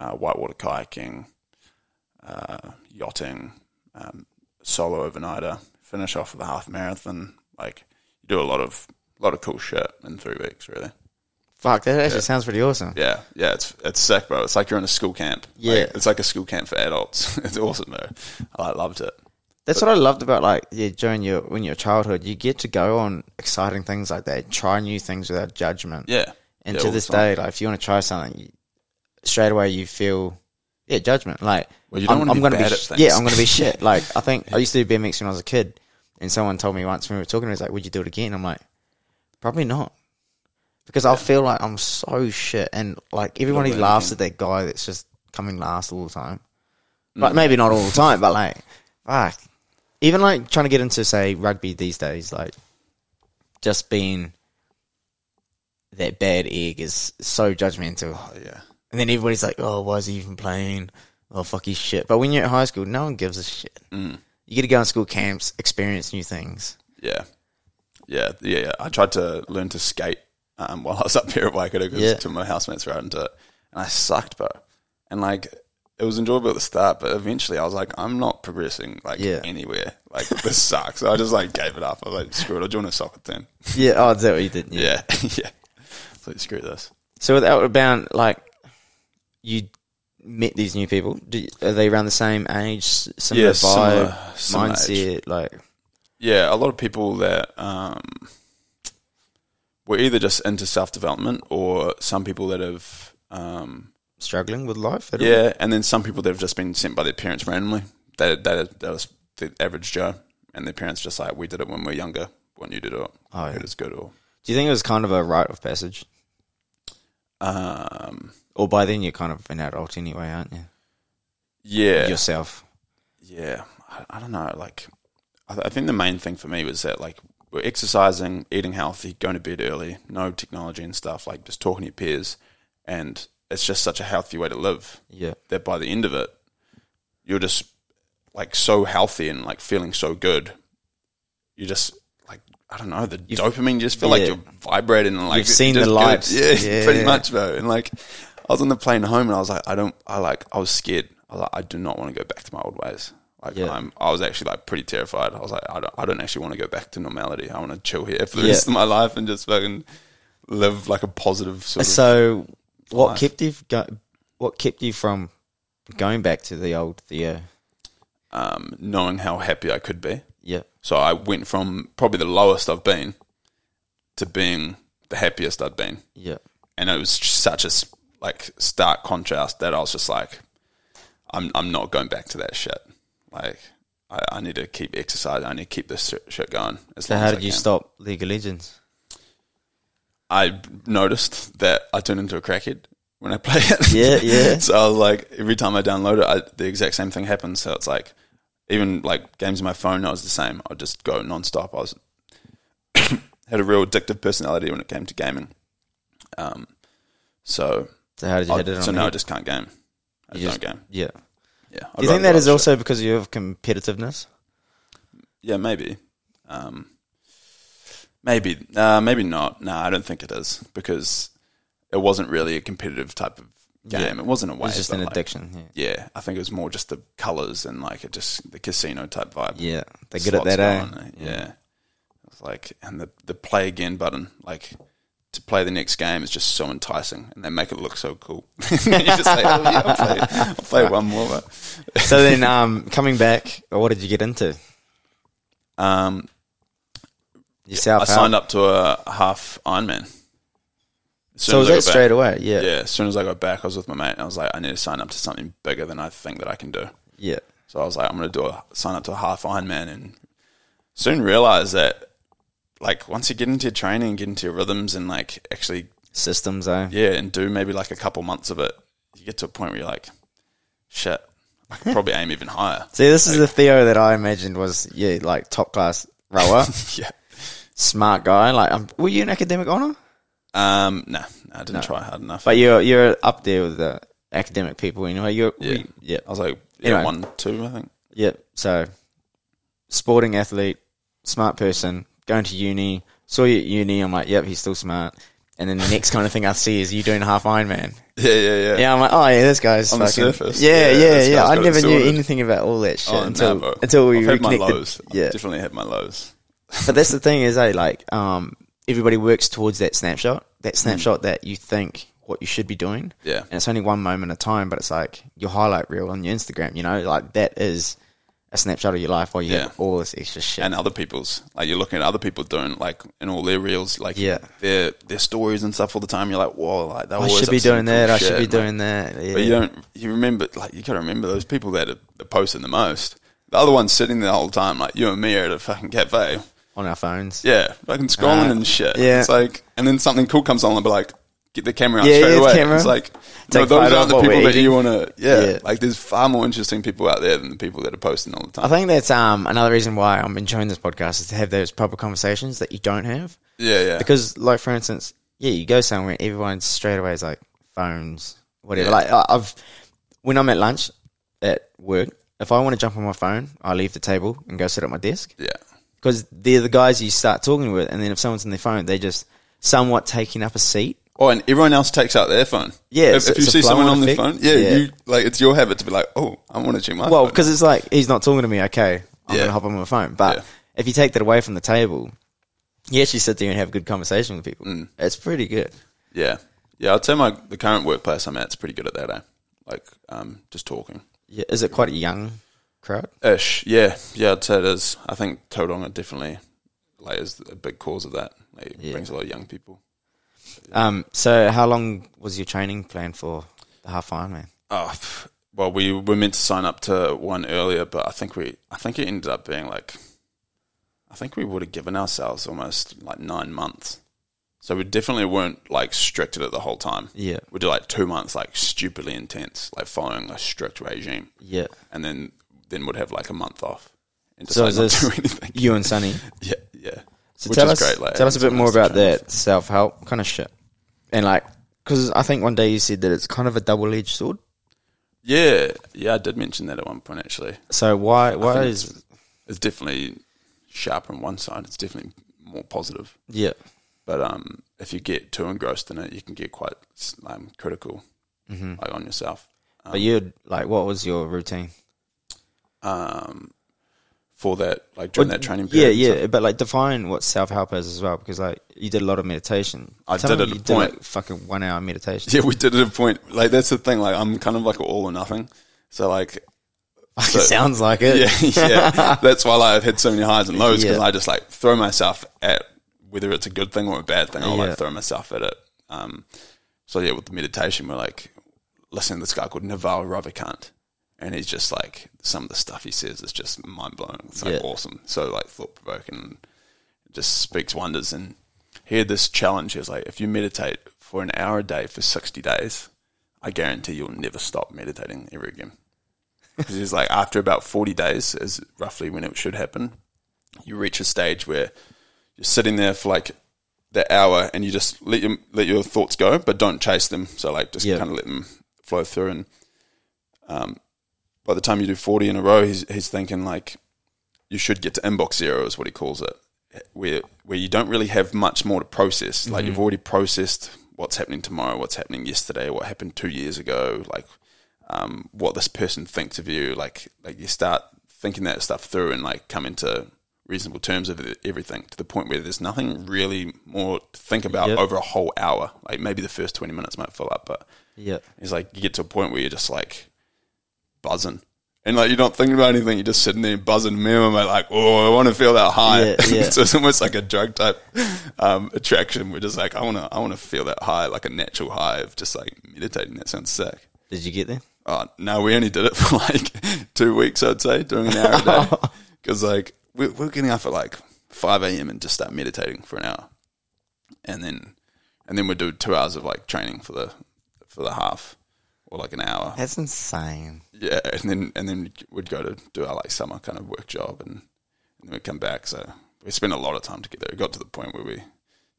uh, whitewater kayaking, uh, yachting, um, solo overnighter, finish off with a half marathon. Like you do a lot of lot of cool shit in three weeks, really. Fuck, that actually sounds pretty awesome. Yeah, yeah, it's it's sick, bro. It's like you're in a school camp. Like, Yeah. it's like a school camp for adults. it's awesome, though. I loved it. That's what I loved about like yeah, during your when your childhood, you get to go on exciting things like that, try new things without judgment. Yeah, And Yeah, to all the this time. day, like if you want to try something, you, straight away you feel yeah judgment. Like Well, you don't wanna be gonna bad be at sh- things. yeah, I'm gonna be shit. Like I think I used to do BMX when I was a kid, and someone told me once when we were talking, he was like, "Would you do it again?" I'm like, "Probably not," because I feel like I'm so shit, and like everybody learning laughs at that guy that's just coming last all the time. Mm. Like maybe not all the time, but like fuck. Even like trying to get into say rugby these days, like just being that bad egg is so judgmental. Oh, yeah. And then everybody's like, oh, why is he even playing? Oh, fuck his shit. But when you're at high school, no one gives a shit. Mm. You get to go on school camps, experience new things. Yeah, yeah, yeah. yeah. I tried to learn to skate um, while I was up here at Waikato because Yeah. two of my housemates were out into it, and I sucked, bro. And like, it was enjoyable at the start, but eventually I was like, I'm not progressing like Yeah. anywhere. Like this sucks. So I just like gave it up. I was like, screw it. I'll join a soccer team. Yeah, oh, is that what you did? Yeah, yeah. So screw this. So with Outward Bound, like, you met these new people. Do you, are they around the same age, s- similar Yeah, similar- vibe, similar age. mindset? Like, yeah, a lot of people that um, were either just into self development or some people that have, um, struggling with life? At all? yeah, and then some people that have just been sent by their parents randomly. That that that was the average Joe, and their parents just like we did it when we were younger. Want you to do it? Oh, yeah. It is good. Or Do you think it was kind of a rite of passage? um, Or by then you're kind of an adult anyway, aren't you? yeah, Yourself. yeah. I, I don't know. Like, I, I think the main thing for me was that like we're exercising, eating healthy, going to bed early, no technology and stuff. Like just talking to your peers, and it's just such a healthy way to live. Yeah. that by the end of it, you're just like so healthy and like feeling so good. You just like I don't know the dopamine. You just feel yeah. like you're vibrating and like You've seen just the good. lights. Yeah, Yeah. pretty much, bro. And like I was on the plane home and I was like, I don't. I like I was scared. I was like, I do not want to go back to my old ways. Like Yeah. I'm, I was actually like pretty terrified. I was like, I don't, I don't actually want to go back to normality. I want to chill here for the Yeah. rest of my life and just fucking live like a positive sort of. So, what life. kept you go, what kept you from going back to the uh, old Theo? um, knowing how happy I could be. Yeah, So I went from probably the lowest I've been to being the happiest I'd been, yeah, and it was such a s- like stark contrast that I was just like, I'm I'm not going back to that shit. Like I, I need to keep exercising. I need to keep this sh- shit going. As So, long how as I did you can. stop League of Legends? I noticed that I turned into a crackhead when I play it. Yeah, yeah. so I was like, every time I download it, I, the exact same thing happens. So it's like, even like games on my phone, I was the same. I'd just go nonstop. I was had a real addictive personality when it came to gaming. Um, so So, how did you I, hit it on? Oh, so now I head? just can't game. I You just just- don't game. yeah. Yeah. Do you think that is also because of your competitiveness? Yeah, maybe. Um, maybe. Uh, maybe not. No, I don't think it is because it wasn't really a competitive type of game. Yeah. It wasn't a way. It's just but, an like, addiction. yeah, I think it was more just the colors and like it just the casino type vibe. yeah, yeah. They good at Slots that, eh? going, Yeah. It's like, and the, the play again button, like to play the next game is just so enticing and they make it look so cool. you just like, oh, yeah, I'll play, I'll play one more. so then, um, coming back, what did you get into? Um, Yourself? I signed up to a half Ironman. As soon So was as I that got back- straight away? Yeah, yeah. Yeah, as soon as I got back, I was with my mate, and I was like, I need to sign up to something bigger than I think that I can do. So I was like, I'm going to do a sign up to a half Ironman, and soon realize that, like, once you get into your training, get into your rhythms, and like actually, Systems, eh? though. yeah, and do maybe like a couple months of it, you get to a point where you're like, shit, I could probably aim even higher. See, this is the Theo that I imagined was yeah, like top class rower, Yeah. smart guy. Like, um, were you an academic honor? Um, nah, nah, I didn't try hard enough. But you're you're up there with the academic people anyway. You're yeah, yeah, I was like, yeah, Anyway. one, two, I think. yeah. So, sporting athlete, smart person, going to uni. Saw you at uni. I'm like, yep, he's still smart. And then the next kind of thing I see is you doing half Ironman. Yeah, yeah, yeah. Yeah, I'm like, oh yeah, this guy's On the fucking, surface. Yeah, yeah, Yeah, yeah. this guy's I got it never knew sorted. anything about all that shit Oh, nah, until bro. until we I've had my reconnected. lows. Yeah, I've definitely had my lows. but that's the thing is, eh, like, um, everybody works towards that snapshot, that snapshot that you think what you should be doing. Mm. Yeah. And it's only one moment at a time, but it's like your highlight reel on your Instagram, you know, like that is a snapshot of your life while you Yeah. have all this extra shit. and other people's. Like you're looking at other people doing like in all their reels, like Yeah. their their stories and stuff all the time. You're like, whoa, like that. I should be doing that. I should be doing that. Yeah. But you don't. You remember, like you got to remember those people that are, are posting the most. The other ones sitting there the whole time, like you and me are at a fucking cafe. on our phones. Yeah, fucking scrolling Uh, and shit. yeah. It's like, and then something cool comes on and be like, get the camera out Yeah, straight yeah, away. camera. It's like, Take no, a photo those of aren't the what we're people that eating. you want to. Yeah, Yeah. like there's far more interesting people out there than the people that are posting all the time. I think that's um, another reason why I'm enjoying this podcast is to have those proper conversations that you don't have. yeah, yeah. Because, like, for instance, yeah, you go somewhere, everyone straight away is like phones, whatever. Yeah. Like, I- I've when I'm at lunch at work, if I want to jump on my phone, I leave the table and go sit at my desk yeah, because they're the guys you start talking with, and then if someone's on their phone, they just somewhat taking up a seat. Oh, and everyone else takes out their phone. Yeah, it's- if, if you it's a see someone flow-on on their phone, effect. yeah, Yeah. you like it's your habit to be like, oh, I want to check my Well, phone. because it's like he's not talking to me. Okay, I'm Yeah. gonna hop on my phone. But Yeah. if you take that away from the table, you actually sit there and have a good conversation with people. Mm. It's pretty good. yeah, yeah. I'd say my the current workplace I'm at's pretty good at that. Eh? Like, um, just talking Yeah, is it quite a young crowd? ish. Yeah, yeah. I'd say it is. I think Tauranga definitely like is a big cause of that. Like, it Yeah. brings a lot of young people. Um, so how long was your training plan for the half Ironman? Oh, pff, well, we were meant to sign up to one earlier, but I think we, I think it ended up being like, I think we would have given ourselves almost like nine months. So we definitely weren't like strict at it the whole time. Yeah, We did like two months, like stupidly intense, like following a strict regime, yeah. and then then would have like a month off and just So like is not this- do anything. You and Sunny. Yeah, yeah. So Which tell is us, great, like, tell us a bit having more someone else about to train with. that self help kind of shit, and like because I think one day you said that it's kind of a double edged sword. Yeah, yeah. I did mention that at one point actually. So why why think is It's definitely sharp on one side. It's definitely more positive. yeah But um, if you get too engrossed in it, you can get quite um, critical, Mm-hmm. like on yourself. but you like what was your routine? Um, for that, like during that training Yeah, period, and yeah, stuff. but like define what self help is as well, because like you did a lot of meditation. I Tell did me at a you point. like, fucking one hour meditation. yeah. We did it at a point. Like that's the thing. Like I'm kind of like all or nothing. So like, it sounds like it. yeah, yeah. That's why like, I've had so many highs and lows because Yeah. I just like throw myself at whether it's a good thing or a bad thing. I'll Yeah. like throw myself at it. Um, so yeah, with the meditation, we're like listening to this guy called Naval Ravikant, and he's just like some of the stuff he says is just mind blowing. It's like Yeah. awesome, so like thought provoking, just speaks wonders. And he had this challenge. He was like, if you meditate for an hour a day for sixty days, I guarantee you'll never stop meditating ever again. Because it's like after about 40 days is roughly when it should happen. You reach a stage where you're sitting there for like the hour and you just let your, let your thoughts go, but don't chase them. So like just Yeah. kind of let them flow through. And um, by the time you do 40 in a row, he's, he's thinking like you should get to inbox zero is what he calls it. Where, where you don't really have much more to process. Like you've already processed what's happening tomorrow, what's happening yesterday, what happened two years ago, like um, what this person thinks of you. Like like you start thinking that stuff through and like come into reasonable terms of it- everything to the point where there's nothing really more to think about Yep. over a whole hour. Like maybe the first twenty minutes might fill up, but yeah. it's like you get to a point where you're just like buzzing. And like you're not thinking about anything, you're just sitting there buzzing. Me and my mate like, oh, I want to feel that high. Yeah, yeah. so it's almost like a drug type um, attraction. We're just like, I want to, I want to feel that high, like a natural high of just like meditating. That sounds sick. Did you get there? Uh, Oh, no, we only did it for like two weeks, I'd say, doing an hour a day. Because, like, we we were getting up at like five a.m. and just start meditating for an hour, and then and then we do two hours of like training for the for the half or like an hour. That's insane. Yeah, and then and then we'd go to do our like summer kind of work job, and, and then we'd come back. So we spent a lot of time together. It got to the point where we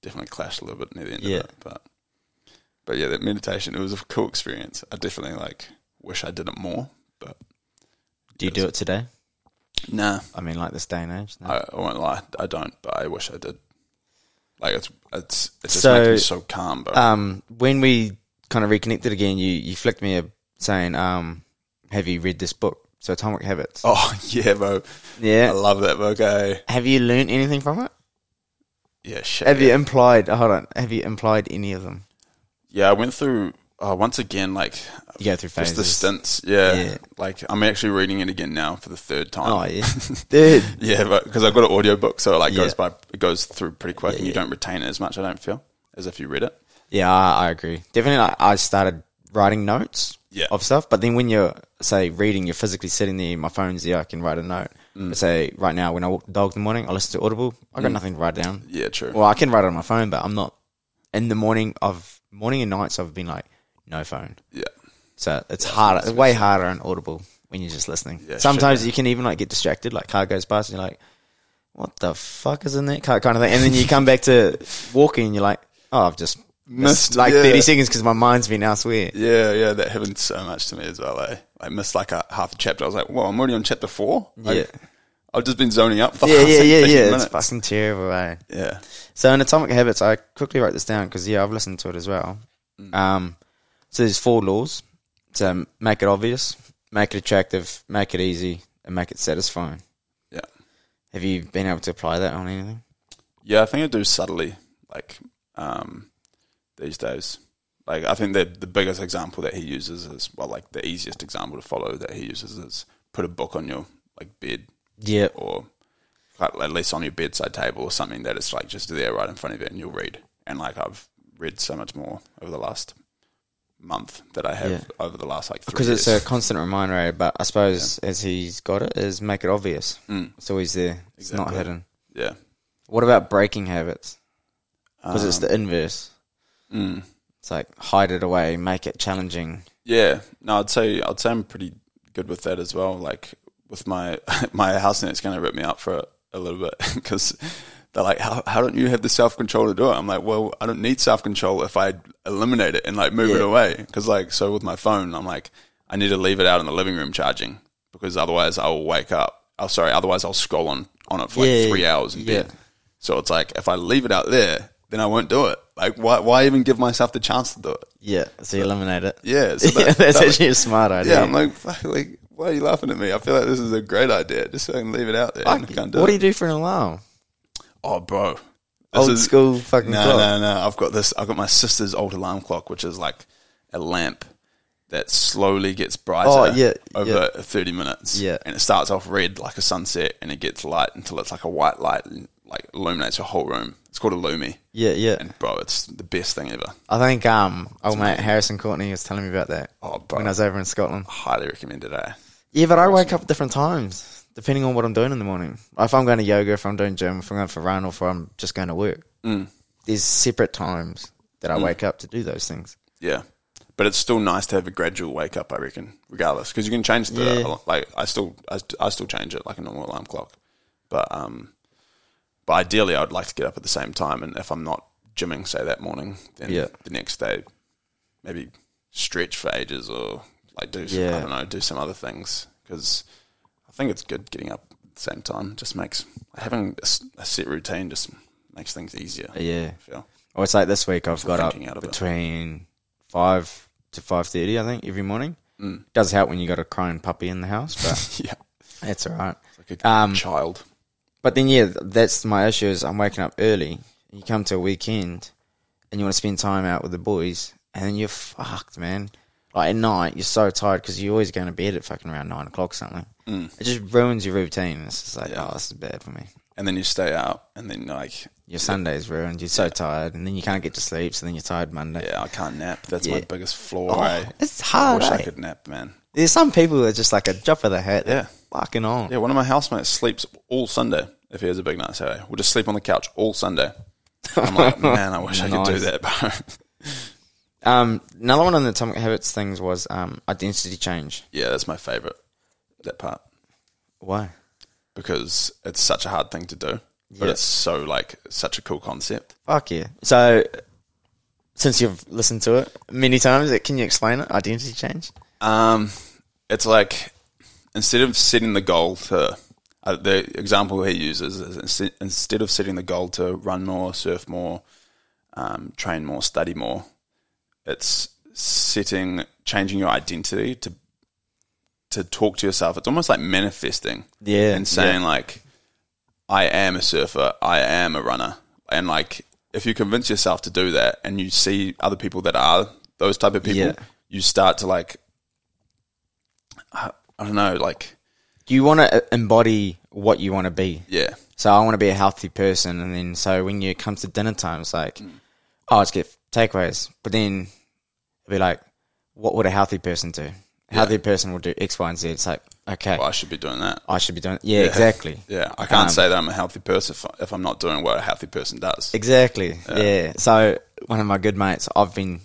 definitely clashed a little bit near the end Yeah. of it. But but yeah, that meditation it was a cool experience. I definitely like wish I did it more, but Do you do it today? nah, I mean, like this day and age. No? I, I won't lie, I don't. But I wish I did. Like it's it's it's just So, making me so calm, bro. um, when we kind of reconnected again, you you flicked me a saying, um, "Have you read this book?" So Atomic Habits. oh yeah, bro. I yeah. love that book. Eh? Have you learned anything from it? Yeah, shit. Have you implied? Hold on. Have you implied any of them? Yeah, I went through uh, once again like You go through phases. just the stints. Yeah. Yeah. like I'm actually reading it again now for the third time. Oh yeah, dude. Yeah, but because I've got an audiobook, so it like goes Yeah. by it goes through pretty quick, and you yeah. don't retain it as much. I don't feel as if you read it. Yeah, I, I agree. Definitely, like, I started writing notes Yeah. of stuff, but then when you're say reading, you're physically sitting there. My phone's there. I can write a note. Mm. But say right now, when I walk the dog in the morning, I listen to Audible. I got nothing to write down. Yeah, true. Well, I can write it on my phone, but I'm not in the morning of morning and nights. I've been like no phone, yeah, so it's harder. It's way harder on Audible when you're just listening. Yeah, Sometimes you can even like get distracted. Like car goes past, and you're like, "What the fuck is in that car?" kind of thing. And then you come back to walking, and you're like, "Oh, I've just missed, Missed, like yeah. 30 seconds because my mind's been elsewhere." yeah, yeah. That happened so much to me as well. Eh? I missed like a, half a chapter. I was like, well, I'm already on chapter four. Like, Yeah. I've just been zoning up for Yeah, the yeah, last yeah, yeah. 15 It's minutes. fucking terrible. Eh? yeah, So in Atomic Habits, I quickly wrote this down because yeah, I've listened to it as well. Mm. Um, so there's four laws to make it obvious, make it attractive, make it easy, and make it satisfying. yeah, Have you been able to apply that on anything? yeah. I think I do subtly like um, these days. Like I think the the biggest example that he uses is well, like the easiest example to follow that he uses is put a book on your like bed Yeah, or at at least on your bedside table or something that it's like just there right in front of you and you'll read. And like I've read so much more over the last month that I have Yeah. over the last like three because it's years. a constant reminder. eh, But I suppose as he's got it, is make it obvious. It's always there. It's not Exactly. hidden. Mm, yeah. What about breaking habits? Because it's the inverse. Um, Mm. It's like hide it away, make it challenging. Yeah. No, I'd say I'd say I'm pretty good with that as well. Like with my my housemate's going to rip me up for a, a little bit because they're like, how, how don't you have the self control to do it? I'm like, well, I don't need self control if I eliminate it and like move it Yeah. away. Because like, so with my phone, I'm like, I need to leave it out in the living room charging because otherwise I'll wake up. Oh, sorry, otherwise I'll scroll on on it for like Yeah, three hours in yeah. bed. So it's like if I leave it out there, then I won't do it. Like, why why even give myself the chance to do it? Yeah, so you eliminate it. Yeah, so yeah, that- that's that- actually a smart idea. yeah, I'm like, fuck, like, why are you laughing at me? I feel like this is a great idea. Just fucking leave it out there. and I can't do what it. do you do for an alarm? oh, bro. This Old is- school fucking No, clock. no, no. I've got this. I've got my sister's old alarm clock, which is like a lamp that slowly gets brighter Oh, yeah, over 30 minutes. Yeah. And it starts off red like a sunset and it gets light until it's like a white light and like illuminates your whole room. It's called a Lumi. Yeah, yeah. And, bro, it's the best thing ever. I think um, old mate Harrison Courtney was telling me about that Oh, bro. when I was over in Scotland. highly recommend it, eh? Yeah, but I wake up at different times depending on what I'm doing in the morning. If I'm going to yoga, if I'm doing gym, if I'm going for a run, or if I'm just going to work. Mm. There's separate times that I wake up to do those things. Yeah. But it's still nice to have a gradual wake up, I reckon, regardless, because you can change the Yeah. like. I still, I, st- I still change it like a normal alarm clock, but um, but ideally, I'd like to get up at the same time, and if I'm not gymming, say that morning, then Yeah. the next day, maybe stretch for ages or like do some, Yeah. I don't know, do some other things because I think it's good getting up at the same time. Just makes having a, s- a set routine just makes things easier. Yeah. I feel. Or it's like this week I've got up thinking out of it. between five to five thirty, I think, every morning. Mm. Does help when you got a crying puppy in the house, but Yeah, it's all right. like a Um, child. But then, yeah, th- that's my issue is I'm waking up early. You come to a weekend and you want to spend time out with the boys, and then you're fucked, man. Like at night, you're so tired because you're always going to bed at fucking around nine o'clock or something. Mm. It just ruins your routine. It's just like, oh, this is bad for me. and then you stay out, and then like, Your Sunday's ruined. You're so tired, and then you can't get to sleep, so then you're tired Monday. yeah, I can't nap. That's my Yeah. biggest flaw. Oh, eh? it's I hard. wish I eh? could nap, man. There's some people that are just like a drop of the hat. Yeah, fucking on. Yeah, one of my housemates sleeps all Sunday if he has a big night Saturday. We'll just sleep on the couch all Sunday. I'm like, man, I wish I could do Nice. that, bro. Um, another one on the Atomic Habits things was um, identity change. yeah, that's my favorite, that part, Why? because it's such a hard thing to do, but Yeah. it's so, like, such a cool concept. Fuck yeah. So, since you've listened to it many times, can you explain it? Identity change? Um, it's like instead of setting the goal to uh, the example he uses is inse- instead of setting the goal to run more, surf more, um, train more, study more, it's setting changing your identity to to talk to yourself. It's almost like manifesting Yeah. and saying like, "I am a surfer. I am a runner." And like, if you convince yourself to do that, and you see other people that are those type of people, Yeah. you start to like, I, I don't know, like, you want to embody what you want to be. yeah, So I want to be a healthy person, and then so when you come to dinner time, it's like, oh, let's get takeaways. But then it'd be like, what would a healthy person do? A healthy person will do X, Y, and Z. It's like, okay, well, I should be doing that. I should be doing. Yeah, exactly, Yeah, I can't Um, say that I'm a healthy person if, if I'm not doing what a healthy person does. exactly. Yeah. So one of my good mates, I've been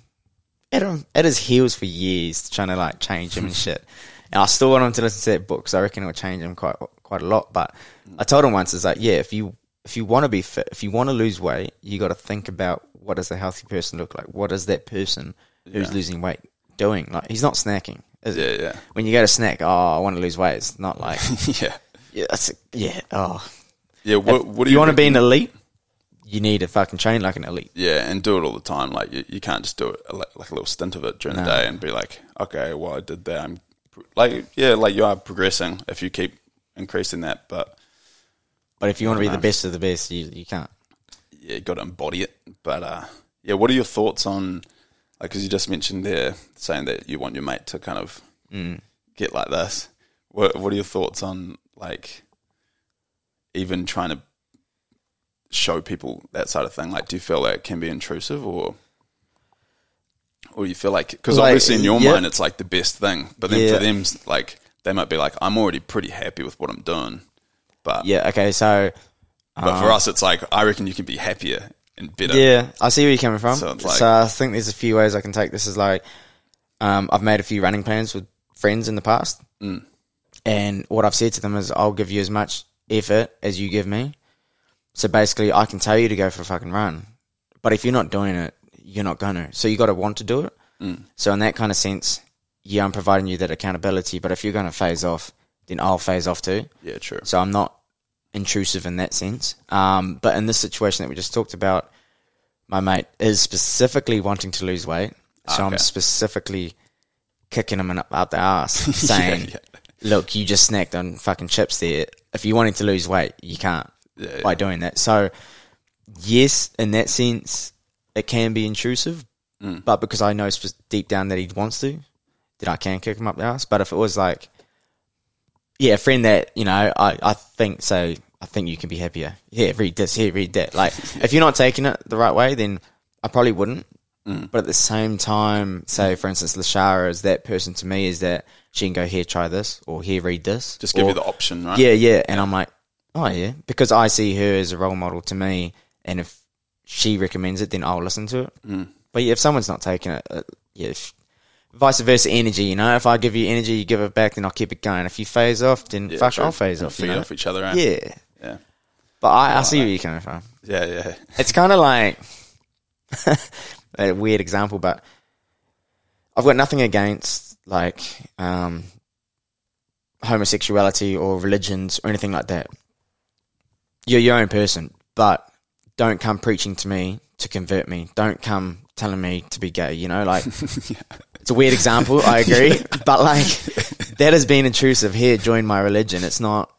at him at his heels for years, trying to like change him and shit. And I still want him to listen to that book because I reckon it'll change him quite quite a lot. But I told him once, it's like, yeah, if you if you want to be fit, if you want to lose weight, you got to think about what does a healthy person look like. What is that person who's losing weight doing? Like he's not snacking. Is Yeah, it? yeah, When you go to snack, oh, I want to lose weight. It's not like yeah, yeah, that's yeah. Oh, yeah. What, what do you want to reckon- be an elite? You need to fucking train like an elite. Yeah, and do it all the time. Like you, you can't just do it like, like a little stint of it during the No. day and be like, okay, well I did that. I'm pro- like, yeah, like you are progressing if you keep increasing that. But But if you want to be the best of the best, you you can't. yeah, you got to embody it. But uh, yeah, what are your thoughts on like because you just mentioned there saying that you want your mate to kind of Mm. get like this. What What are your thoughts on like even trying to show people that side of thing? Like, do you feel that it can be intrusive or? Or you feel like because Like, obviously in your yeah. mind it's like the best thing, but then Yeah. for them like they might be like I'm already pretty happy with what I'm doing, but Yeah. Ah. Okay. So but for us it's like I reckon you can be happier and better. Yeah, I see where you're coming from. So So, it's like- I think there's a few ways I can take this. Is like, um, I've made a few running plans with friends in the past, Mm. and what I've said to them is, I'll give you as much effort as you give me. So basically, I can tell you to go for a fucking run, but if you're not doing it, you're not gonna. So you got to want to do it. Mm. So in that kind of sense, yeah, I'm providing you that accountability. But if you're gonna phase off, then I'll phase off too. Yeah, true. So I'm not intrusive in that sense. Um, but in this situation that we just talked about, my mate is specifically wanting to lose weight. So Ah, Okay. I'm specifically kicking him in- up the ass, saying, yeah. look, you just snacked on fucking chips there. If you wanted to lose weight, you can't Yeah, by doing that. So, yes, in that sense, it can be intrusive, Mm. but because I know sp- deep down that he wants to, then I can kick him up the ass. But if it was like, yeah, a friend that you know, I, I think so. I think you can be happier. Here, read this. Here, read that. Like, if you're not taking it the right way, then I probably wouldn't. Mm. But at the same time, say for instance, Lashara is that person to me is that she can go here, try this, or here, read this. Just give or, you the option, right? yeah, yeah. And I'm like, oh yeah, because I see her as a role model to me, and if she recommends it, then I'll listen to it. Mm. But yeah, if someone's not taking it, uh, yeah, if, vice versa energy. You know, if I give you energy, you give it back, then I'll keep it going. If you phase off, then Yeah, fuck, true. I'll phase And off. You feed know? off each other. eh? Yeah, yeah, but I, I see where you're coming from. yeah, yeah. It's kind of like a weird example, but I've got nothing against like um, homosexuality or religions or anything like that. You're your own person, but don't come preaching to me to convert me. Don't come telling me to be gay. You know, like it's a weird example. I agree, but like that has been intrusive. Here, join my religion. It's not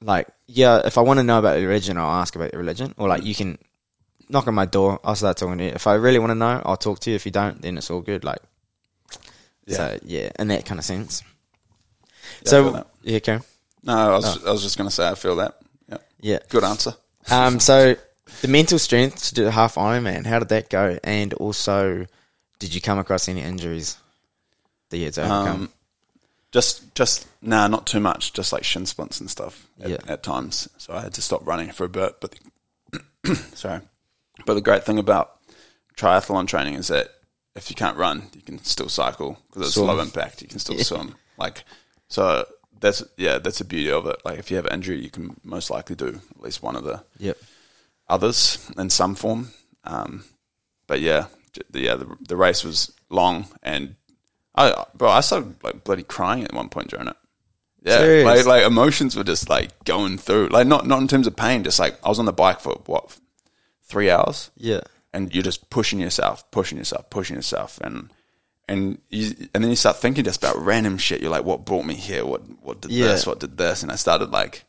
like yeah. If I want to know about your religion, I'll ask about your religion, or like you can knock on my door. I'll start talking to you. If I really want to know, I'll talk to you. If you don't, then it's all good. Like, so yeah, in that kind of sense. feel so that. yeah, okay, No, I Ah. was, I was just going to say I feel that. Yeah, yeah. good answer. Um, so the mental strength to do a half Ironman. How did that go? And also, did you come across any injuries that you had to overcome? Um, Just, just nah, not too much. Just like shin splints and stuff at, Yeah. at times. So I had to stop running for a bit. But the- sorry, but the great thing about triathlon training is that if you can't run, you can still cycle because it's Swim. low impact. You can still swim. Like so, that's yeah, that's the beauty of it. Like if you have an injury, you can most likely do at least one of the Yep. others in some form. Um, but yeah, j- the, yeah, the, the race was long, and I bro, I started like bloody crying at one point during it. Yeah, Serious? like like emotions were just like going through, like not not in terms of pain, just like I was on the bike for what three hours, Yeah. and you're just pushing yourself, pushing yourself, pushing yourself, and and you, and then you start thinking just about random shit. You're like, what brought me here? What what did Yeah. this? What did this? And I started like,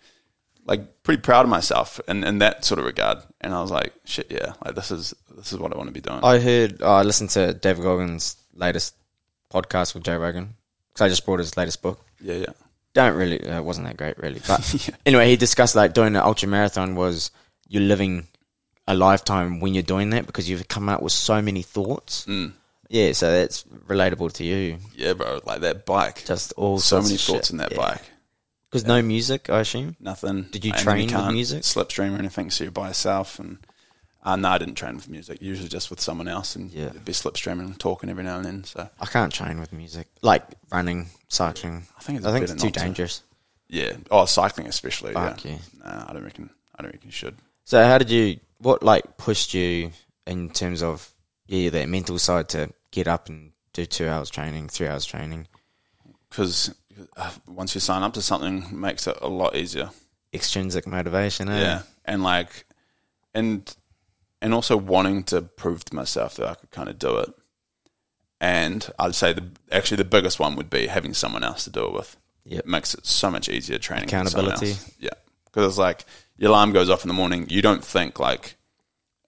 like pretty proud of myself in, in that sort of regard. And I was like, shit, yeah, like this is this is what I want to be doing. I heard. I listened to David Goggins' latest podcast with Joe Rogan because I just bought his latest book. yeah, yeah, Don't really. uh, It wasn't that great, really. But anyway, he discussed like doing an ultra marathon was you're living a lifetime when you're doing that because you've come up with so many thoughts. Mm. Yeah, so that's relatable to you. yeah, bro. Like that bike, Just all so many thoughts in that bike. because no music, I assume. Nothing. Did you And train with can't music? slipstream or anything? So you're by yourself and. Uh, no, I didn't train with music. Usually, just with someone else, and Yeah. you'd be slipstreaming and talking every now and then. So I can't train with music, like running, cycling. I think it's I think better it's too not to. dangerous. Yeah. Oh, cycling especially. Fuck yeah. yeah. Nah, I don't reckon. I don't reckon you should. So how did you? What like pushed you in terms of yeah that mental side to get up and do two hours training, three hours training, Because uh, once you sign up to something, it makes it a lot easier. extrinsic motivation? Eh? Yeah. And like, and and also wanting to prove to myself that I could kind of do it. And I'd say the actually the biggest one would be having someone else to do it with. Yep. It makes it so much easier training. with someone Accountability. else. Yeah. Because it's like your alarm goes off in the morning. You don't think like,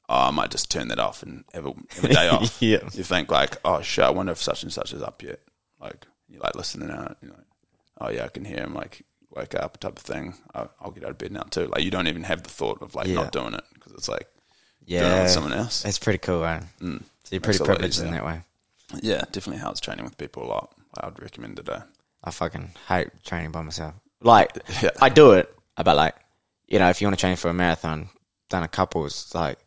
oh, I might just turn that off and have a, have a day off. Yeah. You think like, oh shit, I wonder if such and such is up yet. Like you like listening out. You know, oh yeah, I can hear him. Like wake up type of thing. I'll, I'll get out of bed now too. Like you don't even have the thought of like Yeah. not doing it because it's like doing it yeah, with someone else. that's pretty cool. Eh? Mm. So you're pretty Makes it a lot privileged in easier. that way. Yeah, definitely helps training with people a lot. I'd recommend it. Uh, I fucking hate training by myself. Like Yeah. I do it, but like you know, if you want to train for a marathon, done a couple is like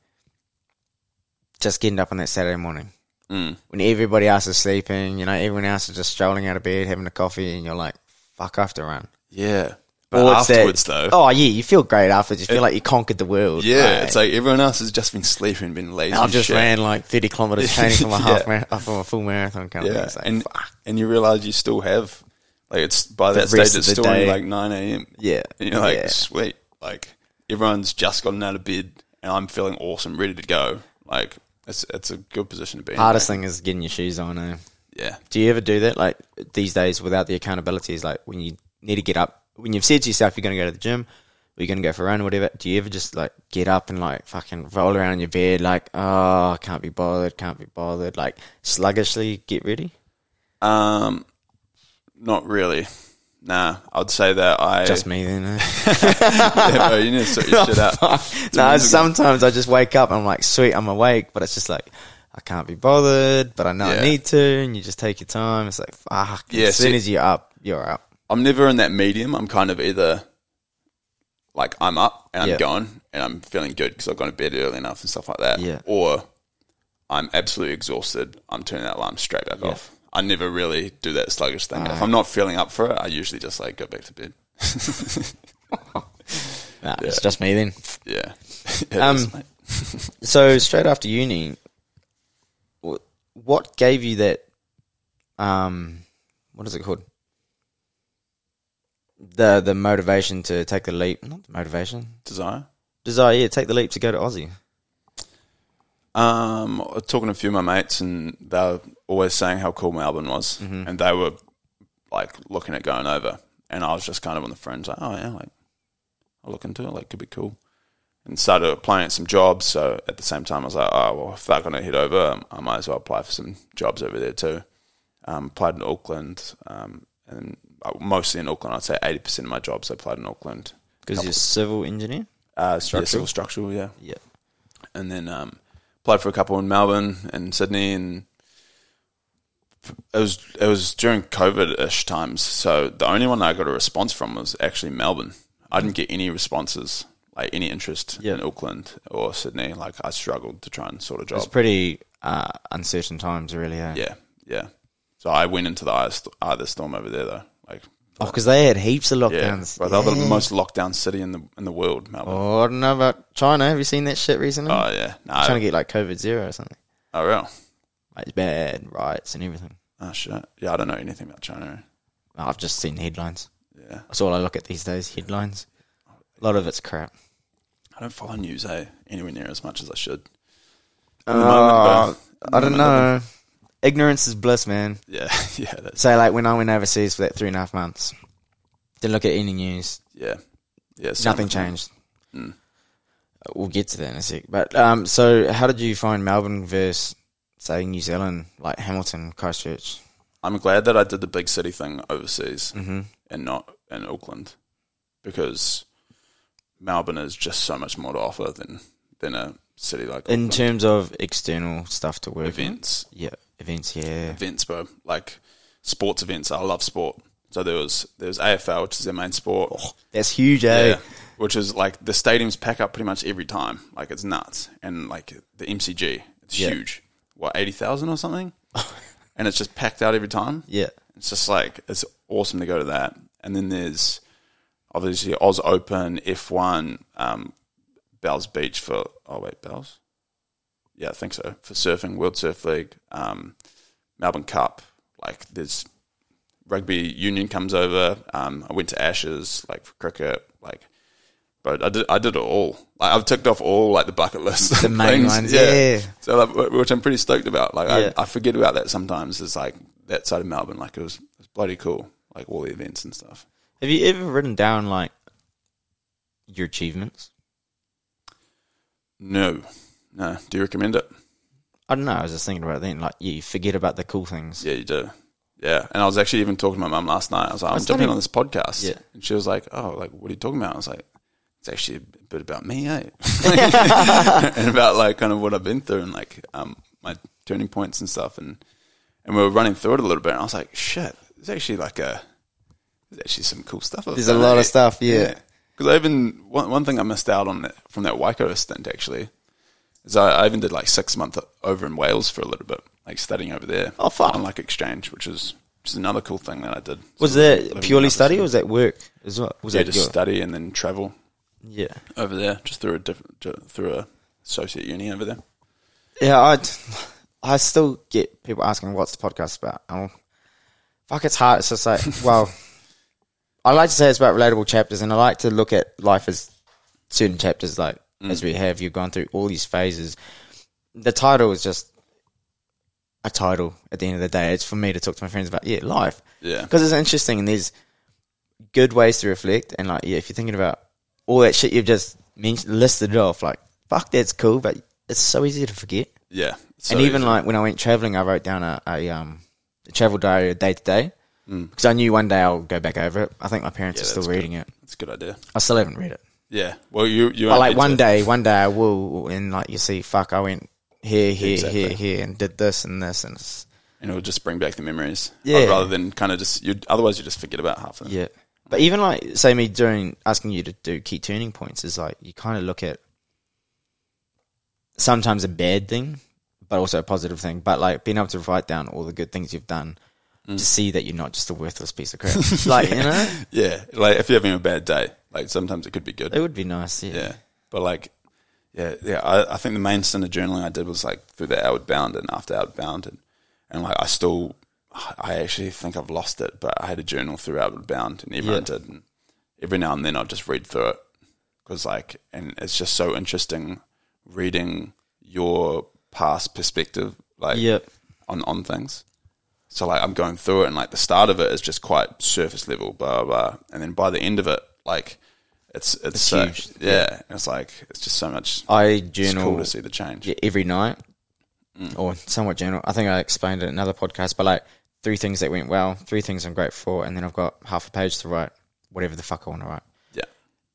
just getting up on that Saturday morning mm. when everybody else is sleeping. You know, everyone else is just strolling out of bed, having a coffee, and you're like, "Fuck, I have to run." Yeah, but Or it's that- afterwards though. Oh yeah, you feel great afterwards. You feel like you conquered the world. Yeah, Like, it's like everyone else has just been sleeping, been lazy. I've and just shit. ran like thirty kilometers training for my Yeah. half marathon, for my full marathon. Kind of thing. Yeah, It's like, and fuck. and you realize you still have like it's by rest that stage of it's the still only day. like nine a.m. yeah, and you're like yeah. sweet, like everyone's just gotten out of bed and I'm feeling awesome, ready to go. Like it's it's a good position to be. in, hardest thing is getting your shoes on. Eh? mate. yeah, Do you ever do that? Like these days, without the accountability, is like when you need to get up, when you've said to yourself you're going to go to the gym, or you're going to go for a run, or whatever. Do you ever just like get up and like fucking roll around in your bed, like oh, I can't be bothered, can't be bothered, like sluggishly get ready? um, not really. Nah, I'd say that I Just Oh, me then. eh? yeah, bro, you need to sort your shit out. no, sometimes I just wake up and I'm like, sweet, I'm awake, but it's just like I can't be bothered, but I know Yeah. I need to, and you just take your time. It's like fuck. Yeah, as soon see- as you're up, you're up. I'm never in that medium. I'm kind of either like I'm up and I'm Yeah. going and I'm feeling good because I've gone to bed early enough and stuff like that. Yeah. Or I'm absolutely exhausted. I'm turning that alarm straight back off. I never really do that sluggish thing. Ah. if I'm not feeling up for it, I usually just like go back to bed. Nah, It's just me then. Yeah. Um, Yes, mate. So straight after uni, wh- what gave you that? Um, what is it called? The the motivation to take the leap, not the motivation, Desire. desire. Yeah, take the leap to go to Aussie. Um, I was talking to a few of my mates, and they were always saying how cool Melbourne was, and they were like looking at going over, and I was just kind of on the fringe, like, oh yeah, like I'll look into it, like could be cool, and started applying at some jobs. So at the same time, I was like, oh well, if they're gonna head over, um, I might as well apply for some jobs over there too. Um, applied in Auckland, um, and uh, mostly in Auckland, I'd say eighty percent of my jobs I applied in Auckland. Because you're a civil engineer. Uh, structural, Structural? yeah, civil structural, yeah Yeah. and then um, applied for a couple in Melbourne and Sydney, and it was it was during COVID ish times. So the only one I got a response from was actually Melbourne. I didn't get any responses, like any interest Yeah. in Auckland or Sydney. Like I struggled to try and sort a job. It's pretty uh, uncertain times, really. Eh? yeah, yeah. So I went into the eye, st- eye of the storm over there though. Like Oh, because they had heaps of yeah, lockdowns. well, they're the most locked down city in the in the world, Melbourne. Oh, I don't know about China. Have you seen that shit recently? Oh, yeah, no, trying to get like COVID zero or something. oh real. Like, it's bad riots and everything. Oh shit. Yeah, I don't know anything about China. I've just seen headlines. Yeah, That's all I look at these days. Headlines. A lot of it's crap. I don't follow news eh, anywhere near as much as I should. Uh, the moment, but- I don't know. Ignorance is bliss, man. Yeah, yeah, that's So, like, when I went overseas for that three and a half months, didn't look at any news. yeah, yeah. same Nothing with me. changed. Uh, Mm. We'll get to that in a sec. But um, so, how did you find Melbourne versus, say, New Zealand, like Hamilton, Christchurch? I'm glad that I did the big city thing overseas Mm-hmm. and not in Auckland because Melbourne is just so much more to offer than than a city like In Auckland. terms of external stuff to work events, Yeah, events. Yeah, events, bro, like sports events. I love sport, so there was there was AFL, which is their main sport. that's huge. Eh? Yeah. Which is like the stadiums pack up pretty much every time. Like it's nuts. And like the MCG, it's Yeah. huge. What, 80,000 or something? and it's just packed out every time. yeah, It's just like, it's awesome to go to that. And then there's obviously Oz Open, F1, um, Bells Beach for, oh wait, Bells? Yeah, I think so. For surfing, World Surf League, um, Melbourne Cup. Like there's rugby union comes over. Um, I went to Ashes, like for cricket, like. But I did, I did it all. Like I've ticked off all like the bucket list, The main ones, yeah. So like, wh- which I'm pretty stoked about. Like Yeah. I, I forget about that sometimes. It's like that side of Melbourne, like it was, it was bloody cool. Like all the events and stuff. Have you ever written down like your achievements? No, no. Do you recommend it? I don't know. I was just thinking about it then. Like, yeah, you forget about the cool things. Yeah, you do. Yeah, and I was actually even talking to my mum last night. I was like, I'm was jumping talking- on this podcast, Oh, Yeah. and she was like, "Oh, like what are you talking about?" I was like, "It's actually a bit about me, eh?" and about like kind of what I've been through and like um my turning points and stuff, and and we were running through it a little bit, and I was like, "Shit, there's actually like a there's actually some cool stuff." I've There's a done, lot eh?" of stuff. Yeah, Because I even one, one thing I missed out on that, from that Waikato stint actually is I, I even did like six month over in Wales for a little bit, like studying over there. Oh, fuck. On like exchange, which is which is another cool thing that I did. was So, that living purely out study there. or was that work as well? Was Yeah, that just your- study and then travel yeah, over there, just through a different ju- through a associate uni over there. yeah. I I still get people asking what's the podcast about. Oh, fuck, it's hard. It's just like, well, I like to say it's about relatable chapters, and I like to look at life as certain chapters, like as we have. You've gone through all these phases. The title is just a title. At the end of the day, it's for me to talk to my friends about. Yeah, life. Yeah, because it's interesting and there's good ways to reflect and like yeah if you're thinking about all that shit you've just mentioned, listed off like fuck that's cool but it's so easy to forget yeah. So and even easy. like when I went traveling I wrote down a, a um a travel diary day to day because I knew one day I'll go back over it I think my parents Mm. Yeah, are still that's good. reading it that's a good idea. I still haven't read it Yeah. Well, you you but only like need one Oh, to- day one day I will and like you see fuck I went here here Exactly. here here and did this and this and it's, and it'll just bring back the memories. Yeah. Rather than kind of just you. Otherwise, you just forget about half of them. Yeah. But even like say me doing asking you to do key turning points is like you kind of look at sometimes a bad thing, but also a positive thing. But like being able to write down all the good things you've done to see that you're not just a worthless piece of crap. like, you know? Mm. Yeah. Like if you're having a bad day, like sometimes it could be good. It would be nice, yeah. Yeah. But like, yeah, yeah. I, I think the main sin of journaling I did was like through the outward bound and after outward bound, and and like I still, I actually think I've lost it, but I had a journal through outward bound, and everyone Yeah. did. And every now and then I'd just read through it because like, and it's just so interesting reading your past perspective, like Yep. on on things. So like I'm going through it, and like the start of it is just quite surface level, blah blah, blah. and then by the end of it, like it's it's, so- huge. Yeah, And it's like it's just so much. I It's cool journal to see Mm. the change. yeah, every night or somewhat journal. I think I explained it in another podcast, but like three things that went well, three things I'm grateful for, and then I've got half a page to write whatever the fuck I want to write. Yeah,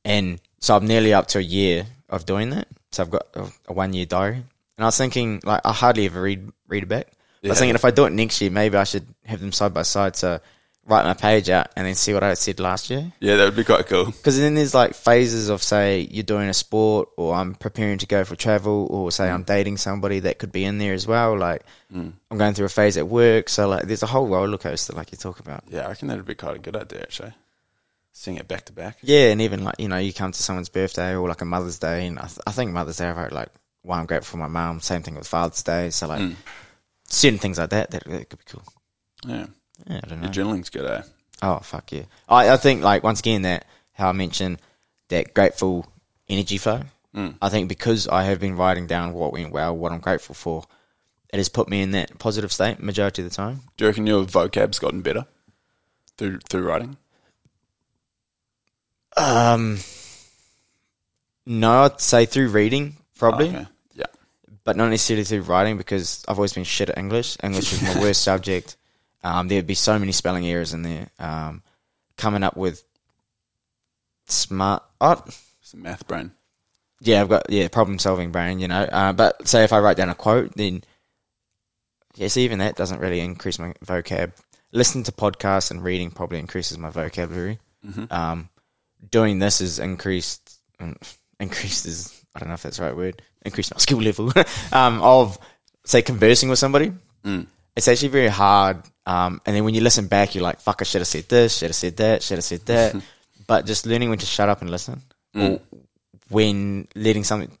and so I'm nearly up to a year of doing that. So I've got a, a one year diary, and I was thinking like I hardly ever read read it back, I was Yeah. thinking if I do it next year, maybe I should have them side by side. So write my page out and then see what I said last year. Yeah, that would be quite cool. Because then there's like phases of say you're doing a sport, or I'm preparing to go for travel, or say I'm dating somebody that could be in there as well. Like I'm going through a phase at work, so like there's a whole roller coaster, like you talk about. Yeah, I reckon that would be quite a good idea actually. Seeing it back to back. Yeah, and even like you know, you come to someone's birthday or like a Mother's Day, and I, th- I think Mother's Day I wrote like why I'm grateful for my mum. Same thing with Father's Day, so like certain things like that that, that could be cool. Yeah, Yeah, I don't know. your journaling's good, eh? Oh fuck yeah! I, I think like once again that how I mentioned that grateful energy flow. I think because I have been writing down what went well, what I'm grateful for, it has put me in that positive state majority of the time. Do you reckon your vocab's gotten better through through writing? Um, no, I'd say through reading probably, Oh, Okay. Yeah. but not necessarily through writing because I've always been shit at English. English is my worst subject. Um, there'd be so many spelling errors in there. Um, coming up with smart. Oh, It's a math brain. yeah, I've got yeah problem solving brain, you know. Uh, but say if I write down a quote, then yes, even that doesn't really increase my vocab. Listening to podcasts and reading probably increases my vocabulary. Um, doing this is increased um, increases. I don't know if that's the right word. Increased my skill level um, of say conversing with somebody. It's actually very hard. Um, and then when you listen back, you're like, "Fuck! I should have said this. Should have said that. Should have said that." but just learning when to shut up and listen when letting something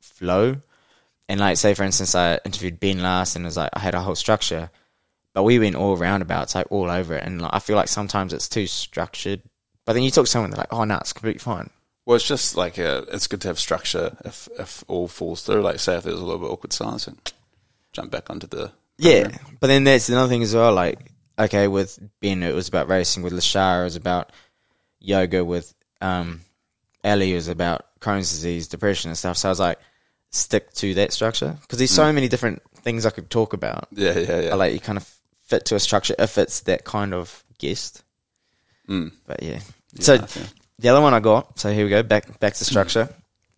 flow. And like say for instance, I interviewed Ben last and it was like I had a whole structure, but we went all roundabouts, like all over it. And like, I feel like sometimes it's too structured. But then you talk to someone, they're like, "Oh no, it's completely fine." Well, it's just like a, it's good to have structure. If if all falls through, like say if there's a little bit awkward silence, and jump back onto the Yeah, but then that's another thing as well. Like, okay, with Ben, it was about racing. With Lashara, it was about yoga. With um, Ellie, it was about Crohn's disease, depression, and stuff. So I was like, stick to that structure because there's so many different things I could talk about. yeah, yeah, yeah. I like you kind of fit to a structure if it's that kind of guest. Mm. But yeah. so I feel- the other one I got, so here we go, back back to structure.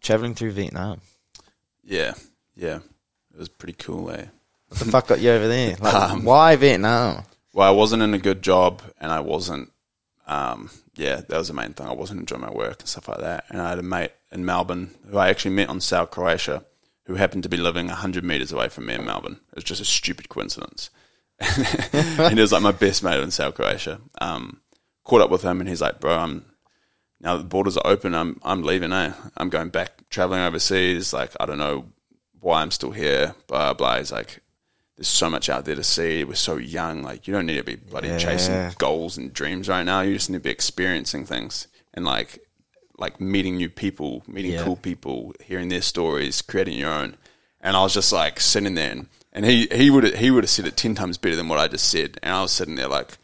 Traveling through Vietnam. yeah, yeah. It was pretty cool, eh? What the fuck got you over there? Like Um, why Vietnam? Well, I wasn't in a good job, and I wasn't. Um, yeah, that was the main thing. I wasn't enjoying my work and stuff like that. And I had a mate in Melbourne who I actually met on South Croatia, who happened to be living hundred meters away from me in Melbourne. It was just a stupid coincidence. and he was like my best mate in South Croatia. Um, caught up with him, and he's like, "Bro, I'm now the borders are open. I'm I'm leaving. Eh? I'm going back traveling overseas. Like I don't know why I'm still here. Blah blah. He's like, there's so much out there to see. We're so young. Like you don't need to be bloody Yeah. chasing goals and dreams right now. You just need to be experiencing things and like like meeting new people, meeting Yeah. cool people, hearing their stories, creating your own. And I was just like sitting there, and, and he he would he would have said it ten times better than what I just said. And I was sitting there like.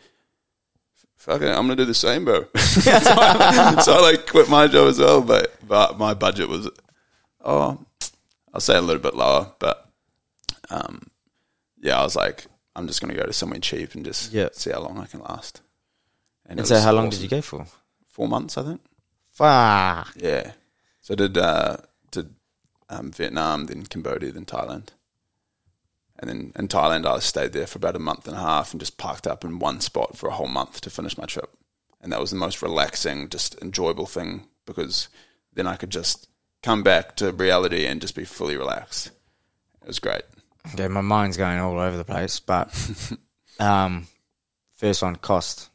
Fuck it, I'm gonna do the same, bro. so, I, so I, like quit my job as well, but but my budget was, oh, I'll say a little bit lower, but um, yeah, I was like, I'm just gonna go to somewhere cheap and just Yeah. see how long I can last. it And so was how long awesome. did you go for? Four months, I think. Fuck. Yeah. So I did uh, did um, Vietnam, then Cambodia, then Thailand, and then in Thailand I stayed there for about a month and a half and just parked up in one spot for a whole month to finish my trip, and that was the most relaxing, just enjoyable thing because then I could just come back to reality and just be fully relaxed. It was great. Okay, my mind's going all over the place, but um first one, cost.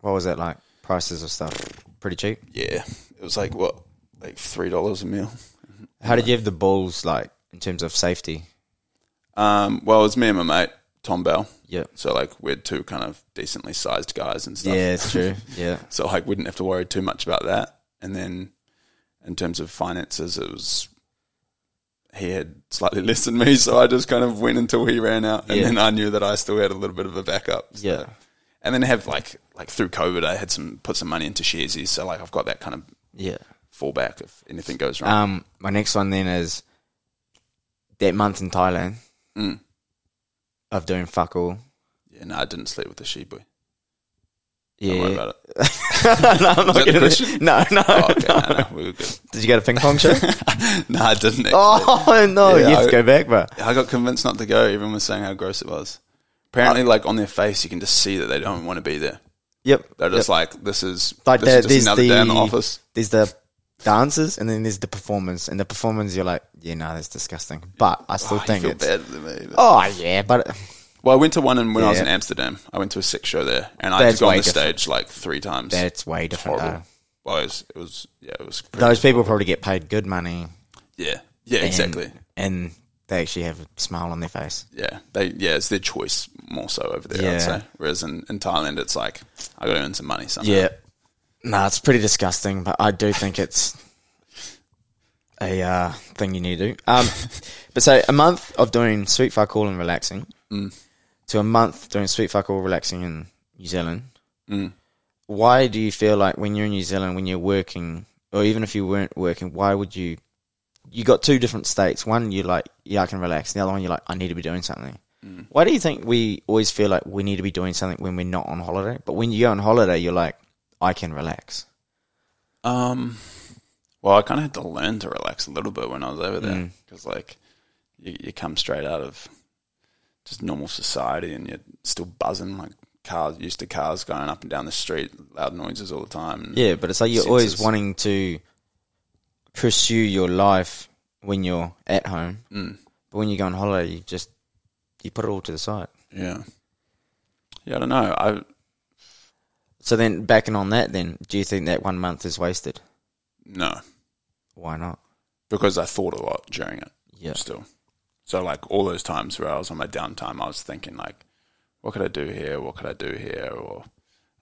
What was that like? Prices of stuff. Pretty cheap. Yeah, it was like what, like three dollars a meal. How did you have the balls like in terms of safety? Um, well, it was me and my mate Tom Bell. Yeah. So like we're two kind of decently sized guys and stuff. Yeah, it's true. Yeah. so like we didn't have to worry too much about that. And then in terms of finances, it was he had slightly less than me, so I just kind of went until he ran out, and Yeah. then I knew that I still had a little bit of a backup. so- Yeah. and then have like like through COVID, I had some put some money into sharesies, so like I've got that kind of Yeah. fallback if anything goes wrong. Um, my next one then is that month in Thailand Mm. of doing fuck all. yeah, no, I didn't sleep with the sheboy. Don't worry Yeah, about it. no, I'm not that the gonna- question? no, no. Oh, okay, no, no, we were good. Did you go to ping pong show? No, I didn't. actually. oh no, Yeah, you have to I- go back, but I got convinced not to go. Everyone was saying how gross it was. Apparently, like on their face, you can just see that they don't want to be there. Yep. They're just yep. like, this is Like this there- is there's just another day in the the- office. there's the dancers and then there's the performance. And the performance, you're like, yeah, no, that's disgusting. But I still I think Oh, feel it's. bad for me. but- Oh yeah, but Well, I went to one in, when I was Yeah. in Amsterdam. I went to a sick show there, and I That's just got on way the different. stage like three times. that's uh, way different. horrible. Though. Well, it was, it was yeah, it was pretty, Those people probably get paid good money. yeah, yeah, and- exactly. And they actually have a smile on their face. Yeah, they yeah, it's their choice more so over there. Yeah. I'd say. Whereas in, in Thailand, it's like I got to earn some money somehow. Nah, it's pretty disgusting, but I do think it's a uh, thing you need to do. Um, but so a month of doing sweet fuck all and relaxing to a month doing sweet fuck all relaxing in New Zealand. Mm. Why do you feel like when you're in New Zealand, when you're working, or even if you weren't working, why would you? You got two different states. One, you're like, yeah, I can relax. The other one, you're like, I need to be doing something. Why do you think we always feel like we need to be doing something when we're not on holiday? But when you go on holiday, you're like, I can relax. Um, well, I kind of had to learn to relax a little bit when I was over there Mm. because, like, you, you come straight out of just normal society and you're still buzzing, like cars used to cars going up and down the street, loud noises all the time. And Yeah, but it's like you're always Senses. wanting to pursue your life when you're at home. Mm. But when you go on holiday, you just you put it all to the side. yeah, yeah. I don't know. I So then, backing on that, then do you think that one month is wasted? no Why not? because I thought a lot during it. Yeah, still. So like all those times where I was on my downtime, I was thinking like, what could I do here? What could I do here? Or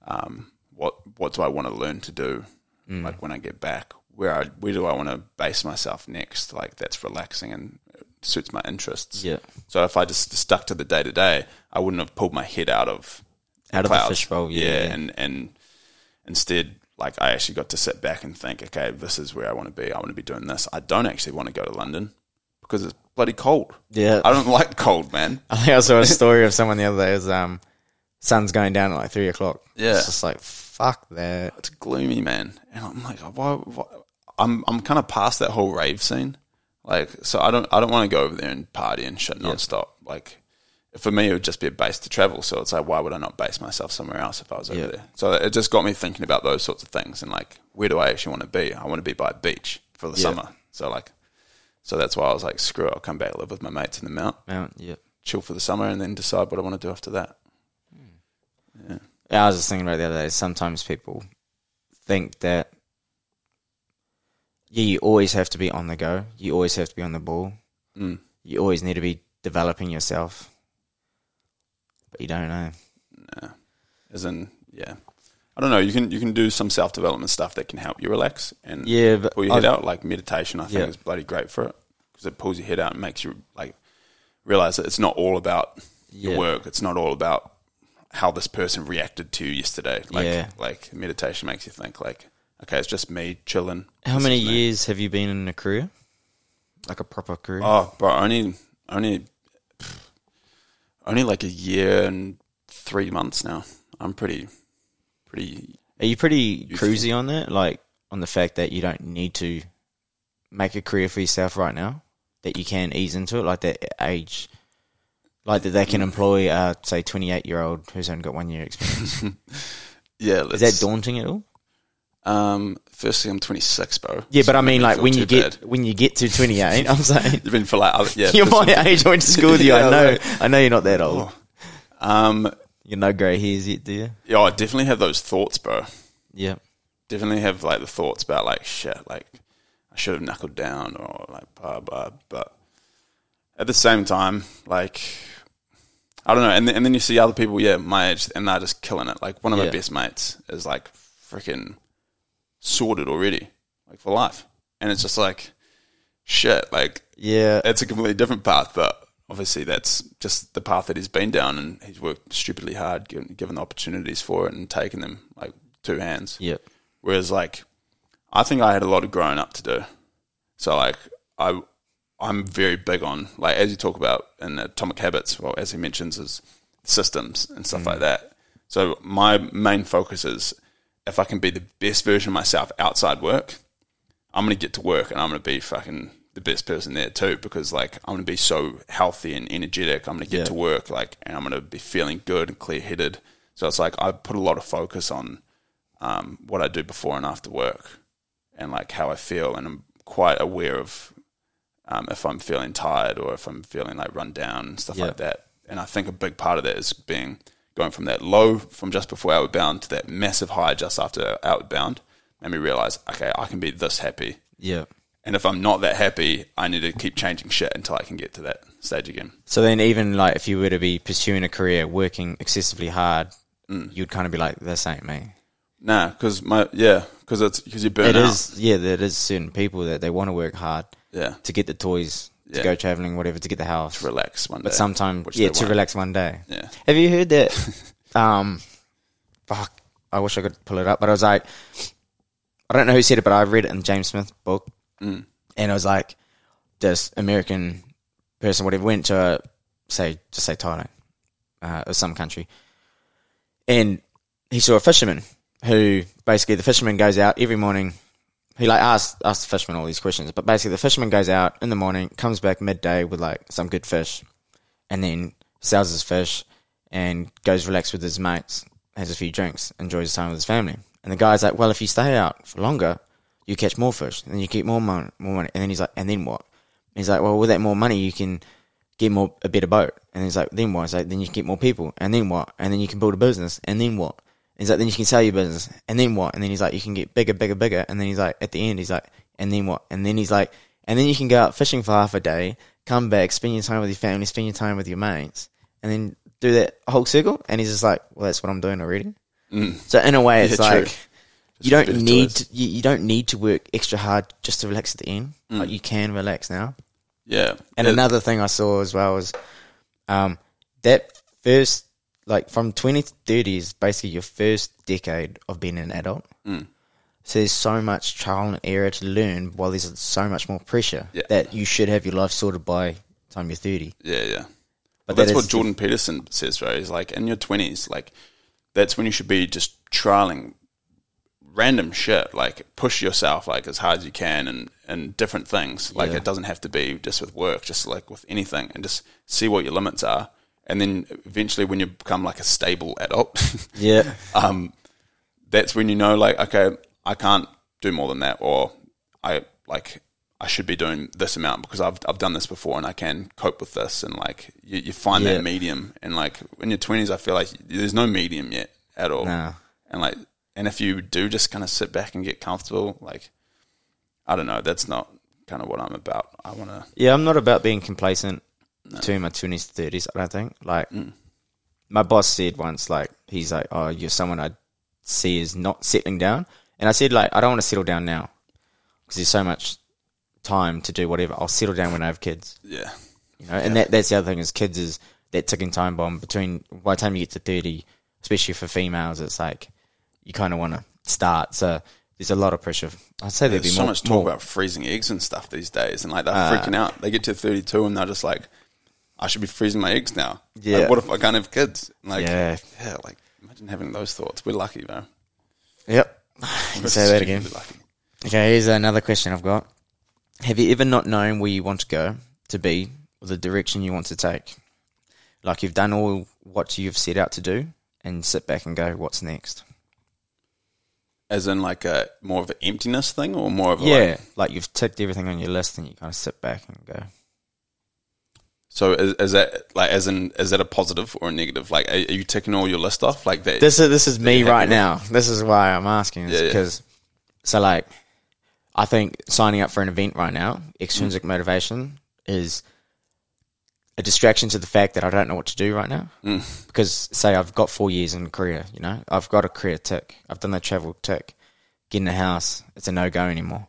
um, what what do I want to learn to do? Mm. Like when I get back, where I, where do I want to base myself next? Like that's relaxing and suits my interests. yeah. So if I just stuck to the day to day, I wouldn't have pulled my head out of Out of the fishbowl, yeah, yeah. and and instead, like I actually got to sit back and think, okay, this is where I want to be. I want to be doing this. I don't actually want to go to London because it's bloody cold. Yeah, I don't like cold, man. I think I saw a story of someone the other day. It was um, sun's going down at like three o'clock. Yeah. it's just like fuck that. It's gloomy, man. And I'm like, why? why? I'm I'm kind of past that whole rave scene. Like, so I don't I don't want to go over there and party and shit nonstop. Like, for me, it would just be a base to travel. So it's like, why would I not base myself somewhere else if I was over Yeah. there? So it just got me thinking about those sorts of things and like, where do I actually want to be? I want to be by a beach for the Yeah. summer. So like, so that's why I was like, screw it, I'll come back live with my mates in the mount, Man, yeah. chill for the summer, and then decide what I want to do after that. Yeah, I was just thinking about it the other day. Sometimes people think that yeah, you always have to be on the go. You always have to be on the ball. Mm. You always need to be developing yourself, but you don't know. as in yeah i don't know you can you can do some self-development stuff that can help you relax and Yeah, but pull your head out like meditation i think Yeah. is bloody great for it because it pulls your head out and makes you like realize that it's not all about your Yeah. work it's not all about how this person reacted to you yesterday like Yeah. like meditation makes you think like okay it's just me chilling how This many is me. years have you been in a career, like a proper career? oh bro only only only like a year and three months now i'm pretty pretty Are you pretty cruisy on that? Like on the fact that you don't need to make a career for yourself right now, that you can ease into it, like that age, like that they can employ, uh, say, twenty-eight year old who's only got one year experience. yeah Is let's- that daunting at all? Um, firstly, I'm 26, bro. Yeah, So but I don't make mean, me like feel when too you get bad. when you get to twenty-eight, I'm saying you've been for like, other, yeah, you're this- my age. I went to school with you. Yeah, Oh. I know. I know you're not that old. um, You're no grey hairs yet, do you? yeah, I definitely have those thoughts, bro. Yeah. Definitely have like the thoughts about like shit, like I should have knuckled down or like blah blah. But at the same time, like I don't know, and then, and then you see other people, yeah, my age, and they're just killing it. Like one of my Yeah. best mates is like freaking sorted already, like for life, and it's just like shit, like Yeah. it's a completely different path, but obviously that's just the path that he's been down, and he's worked stupidly hard, given, given the opportunities for it, and taken them like two hands. Yeah. Whereas, like, I think I had a lot of growing up to do. So, like, I I'm very big on like as you talk about in Atomic Habits, well, as he mentions, is systems and stuff like that. So my main focus is if I can be the best version of myself outside work, I'm gonna get to work and I'm gonna be fucking the best person there too because like I'm gonna be so healthy and energetic. I'm gonna get Yeah. to work like and I'm gonna be feeling good and clear headed. So it's like I put a lot of focus on um, what I do before and after work and like how I feel and I'm quite aware of um, if I'm feeling tired or if I'm feeling like run down and stuff Yeah. like that. And I think a big part of that is being going from that low from just before outward bound to that massive high just after outward bound made me realize, okay, I can be this happy. Yeah. And if I'm not that happy, I need to keep changing shit until I can get to that stage again. So then, even like if you were to be pursuing a career, working excessively hard, Mm. you'd kind of be like, "This ain't me." Nah, because my yeah, because it's because you burn It out. is, yeah. There is certain people that they want to work hard Yeah, to get the toys, to Yeah. go traveling, whatever, to get the house. relax one day. but sometimes, which yeah, they to won't. relax one day. Yeah, Have you heard that? um, fuck, I wish I could pull it up, but I was like, I don't know who said it, but I read it in James Smith's book, Mm. and it was like this American person, whatever, went to uh, say, just say Thailand uh, or some country, and he saw a fisherman who basically the fisherman goes out every morning. He like asks asks the fisherman all these questions, but basically the fisherman goes out in the morning, comes back midday with like some good fish, and then sells his fish and goes relax with his mates, has a few drinks, enjoys his time with his family. And the guy's like, "Well, if you stay out for longer, you catch more fish, and then you keep more money, more money." And then he's like, "And then what?" And he's like, "Well, with that more money, you can get more a better boat." And he's like, "Then what?" He's like, "Then you can get more people, and then what? And then you can build a business, and then what?" And he's like, "Then you can sell your business, and then what?" And then he's like, "You can get bigger, bigger, bigger." And then he's like, at the end, he's like, "And then what?" And then he's like, "And then you can go out fishing for half a day, come back, spend your time with your family, spend your time with your mates." and then do that whole circle. And he's just like, well, that's what I'm doing already. Mm. So in a way, it's Yeah, true. like you Just a bit don't of need choice. to, you, you don't need to work extra hard just to relax at the end. Mm. Like you can relax now. yeah. And It- another thing I saw as well was um, that first, like from 20 to 30 is basically your first decade of being an adult. Mm. So there's so much trial and error to learn while there's so much more pressure Yeah. that you should have your life sorted by the time you're 30. Yeah, yeah. But that that's is- what Jordan Peterson says, right? He's like, in your twenties, like that's when you should be just trialing random shit, like push yourself like as hard as you can, and and different things. Like Yeah. it doesn't have to be just with work, just like with anything, and just see what your limits are, and then eventually when you become like a stable adult, Yeah. um, that's when you know, like, okay, I can't do more than that, or I like I should be doing this amount because I've I've done this before and I can cope with this, and like you, you find Yeah. that medium, and like in your twenties, I feel like there's no medium yet at all, Nah. and like, and if you do just kind of sit back and get comfortable, like, I don't know, that's not kind of what I'm about. I want to, Yeah, I'm not about being complacent between my twenties to thirties. I don't think. Like my boss said once, like he's like, "Oh, you're someone I see is not settling down," and I said, "Like I don't want to settle down now because there's so much time to do whatever. I'll settle down when I have kids, yeah, you know." And that that's the other thing is kids is that ticking time bomb between by the time you get to thirty, especially for females, it's like you kind of want to start. So there's a lot of pressure. I'd say there'd be There's so more, much talk more Ah. about freezing eggs and stuff these days, and like they're freaking out. They get to 32 and they're just like, I should be freezing my eggs now. Like, Yeah. what if I can't have kids? And, Like, Yeah. yeah, like imagine having those thoughts. We're lucky though. Yep. Say that again. Stupidly lucky. Okay, here's another question I've got. Have you ever not known where you want to go to be or the direction you want to take? Like you've done all what you've set out to do and sit back and go, what's next? As in, like a more of an emptiness thing, or more of a like, Yeah. Like you've ticked everything on your list and you kind of sit back and go. so is, is that like as in is that a positive or a negative? Like, are, are you ticking all your list off like that? This is this is me happy right with? now. This is why I'm asking. Is Yeah, yeah. because so like I think signing up for an event right now, extrinsic motivation is a distraction to the fact that I don't know what to do right now. Mm. Because say I've got four years in Korea, you know, I've got a career tick. I've done the travel tick. Getting a house, it's a no go anymore.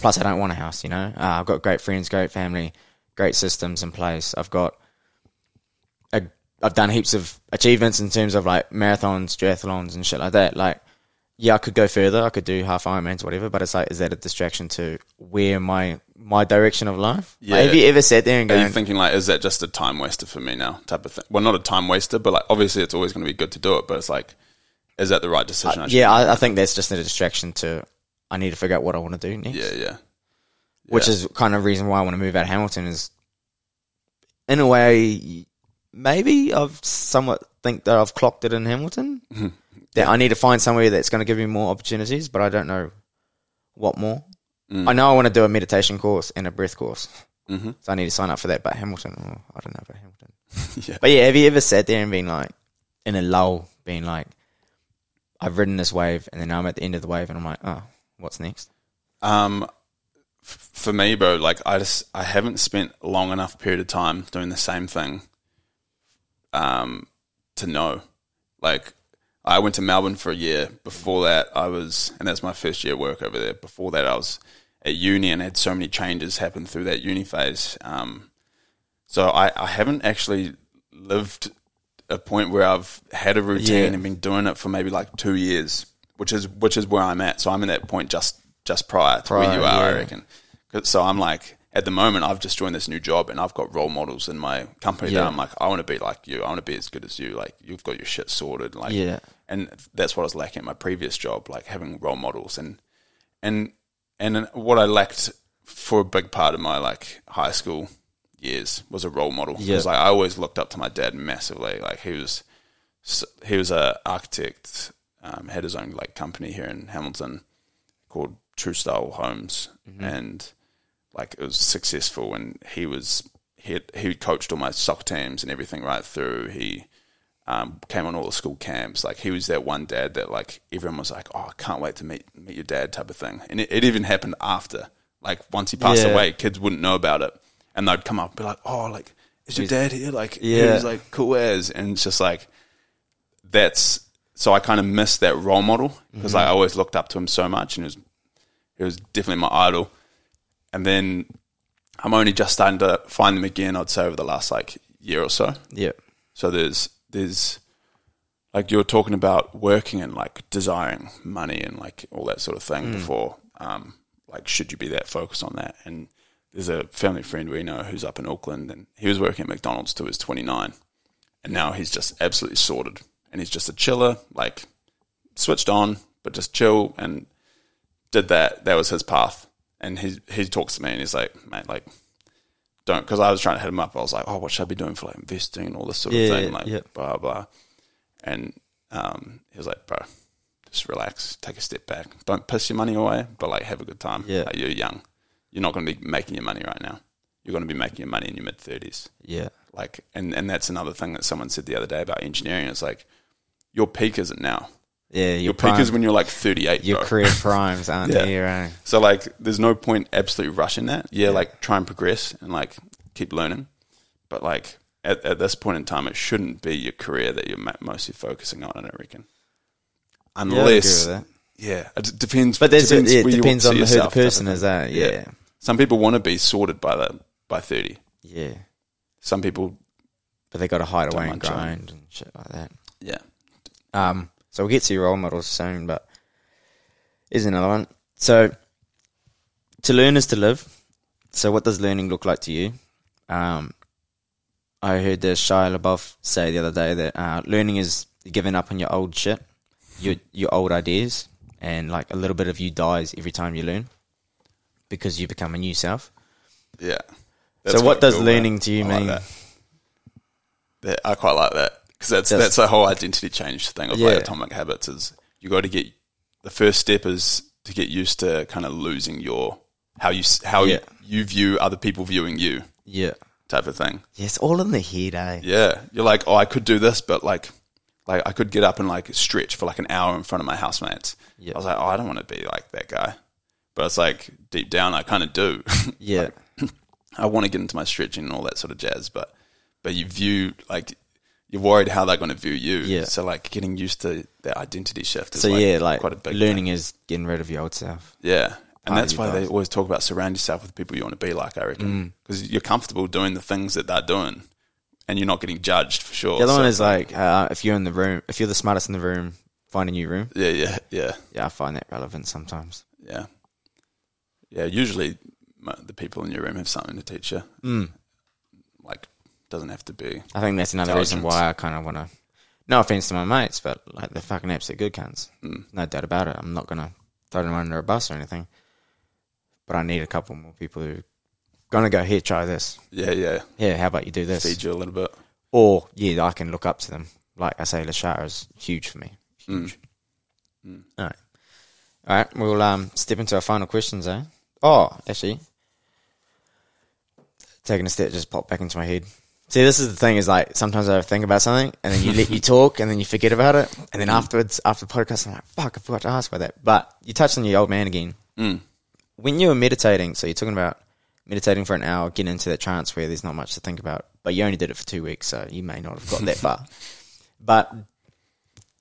Plus, I don't want a house, you know. Uh, I've got great friends, great family, great systems in place. I've got i I've done heaps of achievements in terms of like marathons, triathlons, and shit like that. Like, yeah, I could go further. I could do half Ironmans, whatever. But it's like, is that a distraction to where my my direction of life? Like, Yeah. have you ever sat there and Are you going, thinking like, is that just a time waster for me now? Type of thing. Well, not a time waster, but like obviously it's always going to be good to do it. But it's like, is that the right Uh, decision? I should yeah, I, I think that's just a distraction to. I need to figure out what I want to do next. Yeah, yeah. which Yeah. is kind of the reason why I want to move out of Hamilton is in a way maybe I've somewhat think that I've clocked it in Hamilton Mm-hmm. that I need to find somewhere that's going to give me more opportunities but I don't know what more Mm. I know I want to do a meditation course and a breath course Mhm. so I need to sign up for that but Hamilton oh, I don't know about Hamilton Yeah. but yeah have you ever sat there and been like in a lull being like I've ridden this wave and then I'm at the end of the wave and I'm like oh what's next Um, f- for me, bro, like I just I haven't spent a long enough period of time doing the same thing. Um, to know, like I went to Melbourne for a year. Before that, I was, and that's my first year of work over there. Before that, I was at uni and had so many changes happen through that uni phase. Um, so I, I haven't actually lived a point where I've had a routine Yeah. and been doing it for maybe like two years, which is which is where I'm at. So I'm at that point just just prior to where Prior, you are, I yeah. reckon. 'Cause- So I'm like at the moment I've just joined this new job and I've got role models in my company that Yeah. I'm like I want to be like you. I want to be as good as you. Like you've got your shit sorted. Like Yeah. and that's what I was lacking at my previous job, like having role models and and and what I lacked for a big part of my like high school years was a role model. Yeah. Because like I always looked up to my dad massively. Like he was s- he was a architect, um, had his own like company here in Hamilton called True Style Homes, and like it was successful. And he was he had, he coached all my soccer teams and everything right through. He um, came on all the school camps. Like he was that one dad that like everyone was like, "Oh, I can't wait to meet meet your dad," type of thing. And it, it even happened after, like once he passed Yeah. away, kids wouldn't know about it, and they'd come up and be like, "Oh, like is your dad here?" Like he Yeah. was like cool as, and it's just like that's so I kind of missed that role model because like, I always looked up to him so much, and it was it was definitely my idol. And then I'm only just starting to find them again. I'd say over the last like year or so. yeah So there's there's like you're talking about working and like desiring money and like all that sort of thing Mm. before. Um, like should you be that focused on that? And there's a family friend we know who's up in Auckland and he was working at McDonald's till he was 29, and now he's just absolutely sorted and he's just a chiller, like switched on but just chill and did that. That was his path. And he he talks to me and he's like, mate, like don't because I was trying to hit him up. I was like, oh, what should I be doing for like investing and all this sort Yeah, of thing, yeah, like yeah. blah blah. And um, he was like, bro, just relax, take a step back, don't piss your money away, but like have a good time. Yeah. Like, you're young, you're not going to be making your money right now. You're going to be making your money in your mid thirties yeah like and and that's another thing that someone said the other day about engineering it's like your peak isn't now Yeah, your, your, peak prime, is when you're like 38 your bro. career primes aren't eh? Yeah. they? Right? so like there's no point absolutely rushing that yeah, like try and progress and like keep learning but like at, at this point in time it shouldn't be your career that you're ma- mostly focusing on i don't reckon Yeah, I'd agree with unless yeah, that. it depends But there's depends yeah, where it you depends see on who the yourself type of person thing. is. eh? That yeah, some people want to be sorted by the by 30 yeah. some people But they got to hide away and mind showing. grind and shit like that. yeah Um, so we'll get to your role models soon, but here's another one. So to learn is to live. So what does learning look like to you? Um, I heard the Shia LaBeouf say the other day that uh, learning is giving up on your old shit, your your old ideas, and like a little bit of you dies every time you learn because you become a new self. Yeah. so what quite does cool, man. learning to you I like mean? that. That- I quite like that because that's Just- that's the whole identity change thing of like Yeah. atomic habits is you got to get the first step is to get used to kind of losing your how you s- how Yeah. you view other people viewing you yeah. type of thing. Yes, all in the head, eh? Yeah, you're like, oh, I could do this, but like, like I could get up and like stretch for like an hour in front of my housemates. Yeah. I was like, oh, I don't want to be like that guy, but it's like deep down, I kind of do. Yeah. I want to get into my stretching and all that sort of jazz, but but you view like you're worried how they're going to view you. Yeah. So like getting used to that identity shift. Is So like yeah, like quite a big learning thing. is getting rid of your old self. Yeah, and part of that's your why they life. Mm. always talk about surround yourself with people you want to be like. I reckon because you're comfortable doing the things that they're doing, and you're not getting judged for sure. The other So- one is like uh, if you're in the room, if you're the smartest in the room, find a new room. yeah, yeah, yeah, Yeah, I find that relevant sometimes. yeah, yeah. Usually, mo- the people in your room have something to teach you. Mm. Like, doesn't have to be. I think that's another reason Intelligence. why I kind of want to. No offense to my mates, but like they're fucking absolute good cunts. Mm. No doubt about it. I'm not gonna throw them under a bus or anything. but I need a couple more people who gonna go here, try this. Yeah, yeah. Yeah, how about you do this? Feed you a little bit. Or yeah, I can look up to them. Like I say, Lashara is huge for me. Huge. Mm. All right, all right. We'll um step into our final questions, eh? Oh, actually, taking a step just popped back into my head. See, this is the thing is like sometimes I think about something and then you let you talk and then you forget about it and then afterwards after the podcast I'm like fuck I forgot to ask about that. But you touched on your old man again Mm. when you were meditating, so you're talking about meditating for an hour, getting into that trance where there's not much to think about, but you only did it for two weeks, so you may not have got that far. But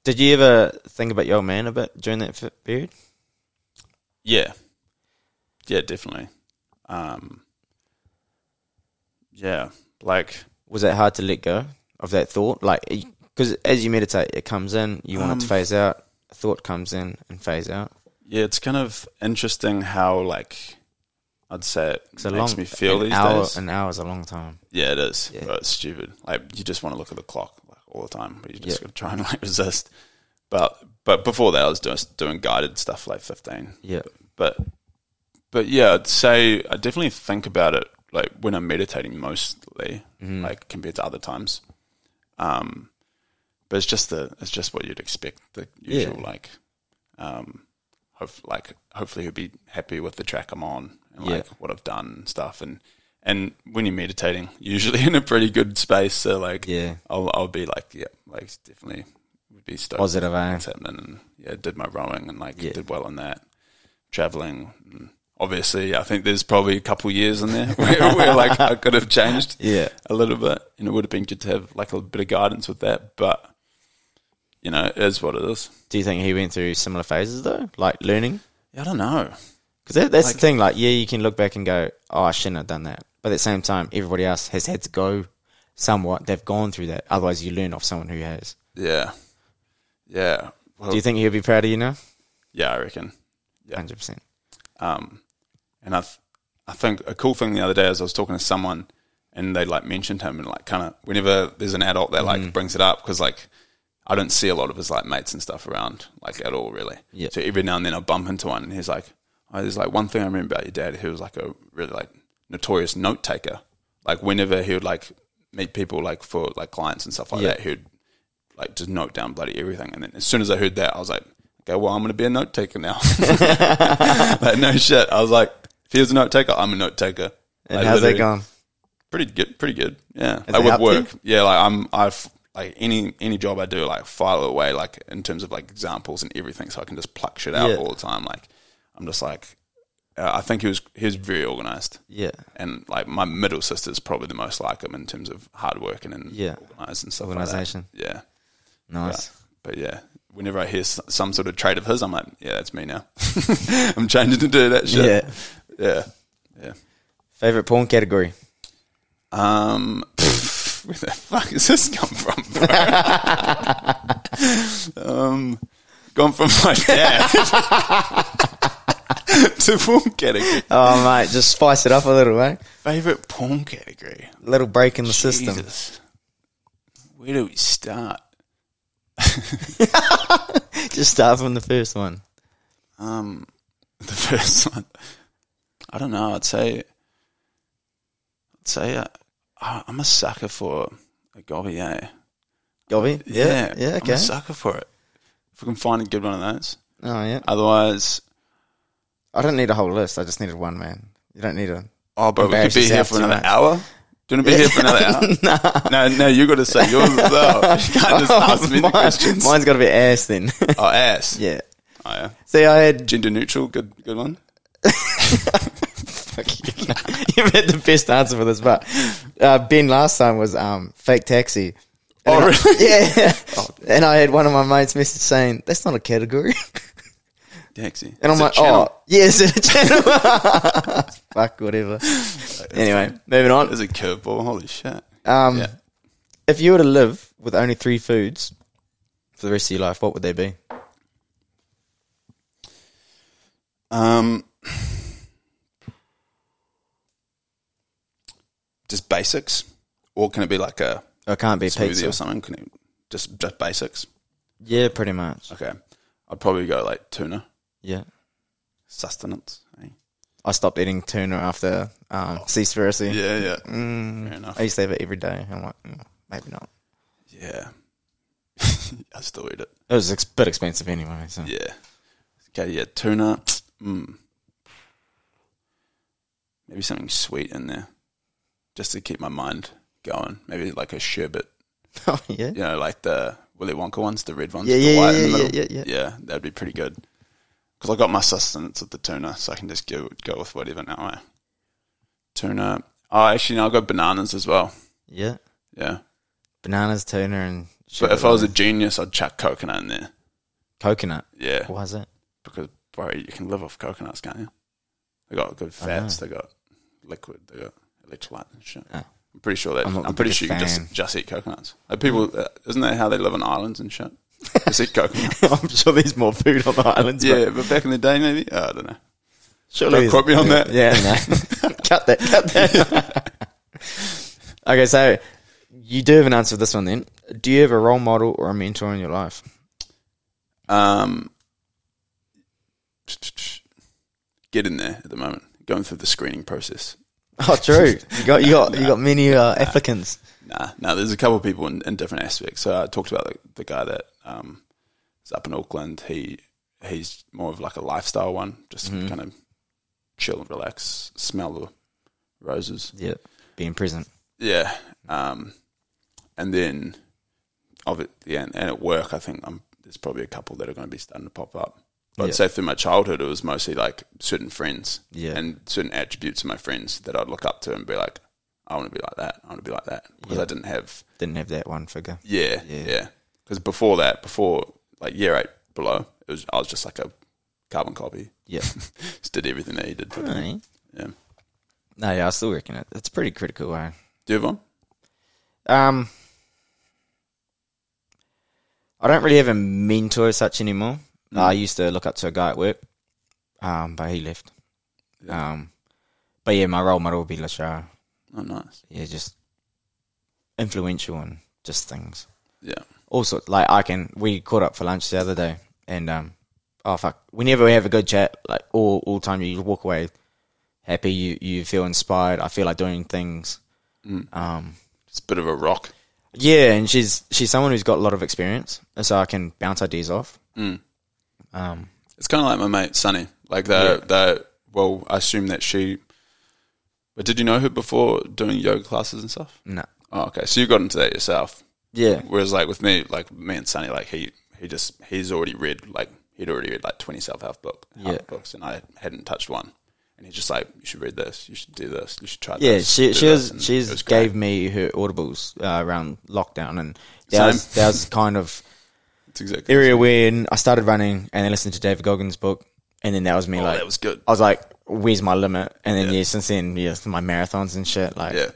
did you ever think about your old man a bit during that fi- period? Yeah. Yeah, definitely. Um, yeah, like Was it hard to let go of that thought? Like, because as you meditate, it comes in, you want it to Um, phase out, a thought comes in and phase out. yeah, it's kind of interesting how like I'd say it It's makes a long, me feel an these hour, days. An hour is a long time. yeah, it is. Yeah. But it's stupid. Like you just want to look at the clock like all the time, but you just Yeah. got to try and like resist. But but before that, I was doing doing guided stuff like fifteen, Yeah, but but yeah, I'd say I definitely think about it like when I'm meditating mostly, Mm-hmm. like compared to other times. Um, but it's just the it's just what you'd expect the usual like, um, hope, like hopefully you'll be happy with the track I'm on and like Yeah. what I've done and stuff and. And when you're meditating, usually in a pretty good space, so like, Yeah. I'll I'll be like, yeah, like definitely would be stoked positive, eh? what's happening and yeah, did my rowing and like Yeah. did well in that. Traveling, and obviously, I think there's probably a couple years in there where, where like I could have changed Yeah, a little bit, and it would have been good to have like a bit of guidance with that. But you know, it is what it is. do you think he went through similar phases though, like learning? Yeah, I don't know. Because that, that's Like- the thing. Like, yeah, you can look back and go, "Oh, I shouldn't have done that," but at the same time, everybody else has had to go somewhat. They've gone through that. Otherwise, you learn off someone who has. Yeah, yeah. Well, Do you think he'll be proud of you now? yeah, I reckon. Yeah. Hundred percent. Um, and I, th- I think a cool thing the other day is I was talking to someone, and they like mentioned him, and like kind of whenever there's an adult that Mm. like brings it up because like I don't see a lot of his like mates and stuff around like at all really. Yeah. So every now and then I bump into one, and he's like, oh, "There's like one thing I remember about your dad. He was like a really like notorious note taker. Like whenever he would like meet people like for like clients and stuff like Yeah. that, he would like just note down bloody everything. And then as soon as I heard that, I was like, okay, well, I'm going to be a note taker now. like, no shit. I was like, if he was a note taker, I'm a note taker. And Like, how's that literally, going? Pretty good. Pretty good. Yeah. it Like with helped work. Yeah. Like I'm, I've like any, any job I do, like file it away, like in terms of like examples and everything. So I can just pluck shit out Yeah. all the time. Like I'm just like, uh, I think he was, he was very organized Yeah, and like my middle sister's probably the most like him in terms of hard working and Yeah. organized and stuff Organisation. like that. Yeah. nice. But yeah, whenever I hear s- some sort of trait of his, I'm like, yeah, that's me now. I'm changing to do that shit. Yeah. Yeah. Yeah. Favorite porn category? Um, where the fuck has this come from, bro? um, gone from my dad to porn category. Oh mate, just spice it up a little, eh? Favorite porn category? Little break in the system. Jesus. Where do we start? Just start from the first one. Um, the first one, I don't know. I'd say, I'd say uh, I- I'm a sucker for a gobby, eh? Gobby? Yeah. Yeah, I'm okay. a sucker for it. If we can find a good one of those, Oh yeah. otherwise, I don't need a whole list. I just needed one man. You don't need a oh, bro, we could Embarrass be here yourself for too another much. hour. Do you want to be here for another hour? no, no, you got to say yours as well. You can't Oh, just ask me the Mine- questions. Mine's gotta be ass then. Oh, ass. yeah. Oh, yeah. See I had Gender neutral, good, good one. You've had the best answer for this, but uh, Ben last time was um, fake taxi. Oh, And I- really? Oh. yeah. And I had one of my mates message saying, that's not a category. Taxi. And I'm It's a like, channel. oh, yes, it's a channel. Fuck, whatever. Anyway, moving on. There's a curveball. Holy shit. Um, Yeah. If you were to live with only three foods for the rest of your life, what would they be? Um, just basics, or can it be like a Oh, It can't be smoothie pizza. or something? Can it just just basics? Yeah, pretty much. Okay, I'd probably go like tuna Yeah. sustenance. eh? I stopped eating tuna after um, Seaspiracy. Yeah, yeah. Mm, Fair enough. I used to have it every day. I'm like, mm, maybe not. Yeah. I still eat it. It was a bit expensive anyway. So Yeah. Okay, yeah, tuna. Mm. Maybe something sweet in there. Just to keep my mind going. Maybe like a sherbet. Oh, yeah. You know, like the Willy Wonka ones, the red ones, Yeah, with the yeah, white yeah, in the yeah, middle. yeah, yeah. that'd be pretty good. Because I got my sustenance of the tuna, so I can just go, go with whatever now. eh? Tuna. Oh, actually, no, I'll go bananas as well. Yeah. Yeah. Bananas, tuna, and But sugar if I was a loaf. genius, I'd chuck coconut in there. coconut, Yeah. why is it? because bro, you can live off coconuts, can't you? They got good I know. fats, they got liquid, they got electrolytes and shit. Oh. I'm pretty sure that I'm not I'm, the pretty biggest sure you can fan. just just eat coconuts. Like people, uh, isn't that how they live on islands and shit? Just eat coconuts. I'm sure there's more food on the islands. but yeah, but back in the day, maybe oh, I don't know. surely don't quote me on that. Yeah, no. cut that. Cut that. okay, so you do have an answer for this one then. Do you have a role model or a mentor in your life? Um, get in there at the moment. Going through the screening process. Oh, true. You got you got you got many uh, applicants. Nah, nah. There's a couple of people in, in different aspects. So I talked about the, the guy that um, is up in Auckland. He he's more of like a lifestyle one, just kind of chill and relax, smell the roses. Yeah, being present. Yeah. Um, and then of it, yeah, and, and at work, I think I'm, there's probably a couple that are going to be starting to pop up. But Yeah. I'd say through my childhood, it was mostly like certain friends Yeah. and certain attributes of my friends that I'd look up to and be like, I want to be like that. I want to be like that because I didn't have Didn't have that one figure. yeah, Yeah. yeah. Because before that, before like year eight below, it was I was just like a carbon copy. Yeah. just did everything that he did. Alright. Yeah. No, yeah, I still reckon it. It's pretty critical. Eh? Do you have one? Um, I don't really have a mentor as such anymore. I used to look up to a guy at work, um, but he left. Yeah. Um, but yeah, my role model would be Lashara. Oh, nice. Yeah, just influential and just things. Yeah. Also, like I can, we caught up for lunch the other day, and um, oh fuck, whenever we have a good chat, like all all time, you walk away happy. You you feel inspired. I feel like doing things. Um, It's a bit of a rock. yeah, and she's she's someone who's got a lot of experience, and so I can bounce ideas off. Um, It's kind of like my mate Sunny. Like the the well, I assume that she. But did you know her before doing yoga classes and stuff? no, Oh, okay. So you got into that yourself. yeah, Whereas like with me, like me and Sonny, like he he just he's already read like he'd already read like twenty self help book Yeah. help books, and I hadn't touched one. And he's just like, you should read this, you should do this, you should try yeah. this. She do she this," was and she's it was great. gave me her audibles uh, around lockdown, and that was that was kind of It's exactly area when I started running, and then listened to David Goggins' book, and then that was me oh, like that was good. I was like, where's my limit? And then Yeah. yeah, since then, yeah, my marathons and shit, like Yeah,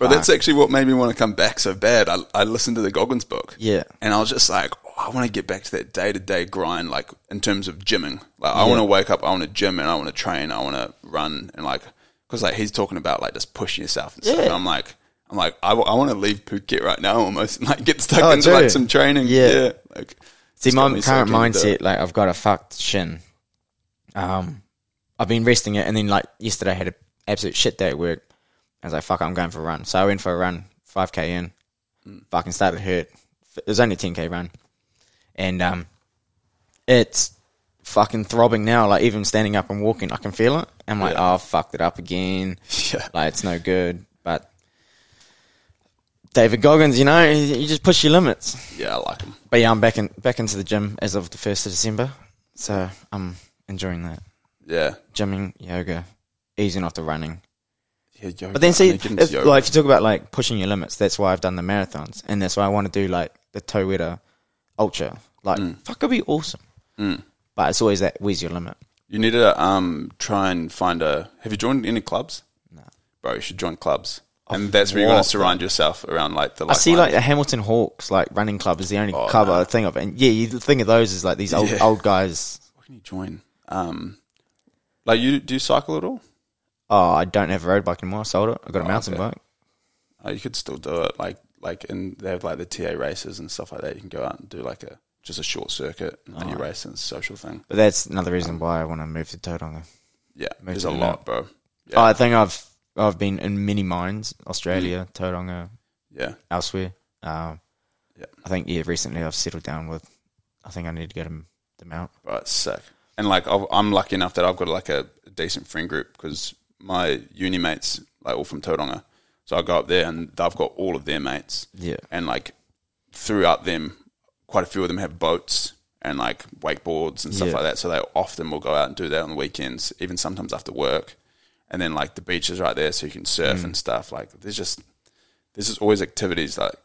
but that's actually what made me want to come back so bad. I I listened to the Goggins book. yeah, And I was just like, oh, I want to get back to that day to day grind, like in terms of gymming. Like, I want to wake up, I want to gym, and I want to train, I want to run, and like, because like he's talking about like just pushing yourself and stuff. Yeah. And I'm like, I'm like, I, want to leave Phuket right now, almost, and like get stuck Oh, into true. like some training. Yeah. Yeah, like See, it's my got me so current keen to do mindset, it. like I've got a fucked shin. Um, I've been resting it, and then like yesterday I had an absolute shit day at work. I was like, "Fuck, I'm going for a run." So I went for a run, five k in. Mm. Fucking started hurt. It was only ten k run, and um, it's fucking throbbing now. Like even standing up and walking, I can feel it. I'm like, "Oh, fucked it up again." Yeah, Like it's no good, but. David Goggins, you know, you just push your limits. yeah, I like him. But yeah, I'm back in back into the gym as of the first of December, so I'm enjoying that. Yeah, Gymming, yoga, easing off the running. yeah. Yoga, But then I see, mean, get into if, yoga. like if you talk about like pushing your limits, that's why I've done the marathons, and that's why I want to do like the Toyota Ultra. Like, Mm. fuck, it'd be awesome. But it's always that where's your limit? you need to um try and find a. Have you joined any clubs? No, bro. You should join clubs, and that's where you're going walked, to surround yourself around like the. I see like the Hamilton Hawks like running club is the only club I think of, and yeah, you think of those as like these old Yeah. old guys. What can you join? Um, like you do you cycle at all? Oh, I don't have a road bike anymore. I sold it. I got a mountain Oh, okay. bike. Uh, you could still do it. Like like and they have like the TA races and stuff like that. You can go out and do like a just a short circuit and then you race and it's a social thing. But that's another reason why I want to move to Tauranga. Yeah, Make there's it a an lot, app. bro. Oh, Yeah, I think I've I've been in many mines, Mm. Australia, Tauranga, yeah, elsewhere. Um, Yeah. I think yeah. Recently, I've settled down with. I think I need to get him the mount. bro, it's sick. And like, I've, I'm lucky enough that I've got like a, decent friend group because my uni mates like all from Tauranga, so I go up there and I've got all of their mates. Yeah, and like throughout them, quite a few of them have boats and like wakeboards and stuff Yeah. like that. So they often will go out and do that on the weekends, even sometimes after work. And then like the beach is right there, so you can Mm. surf and stuff. Like there's just there's just always activities like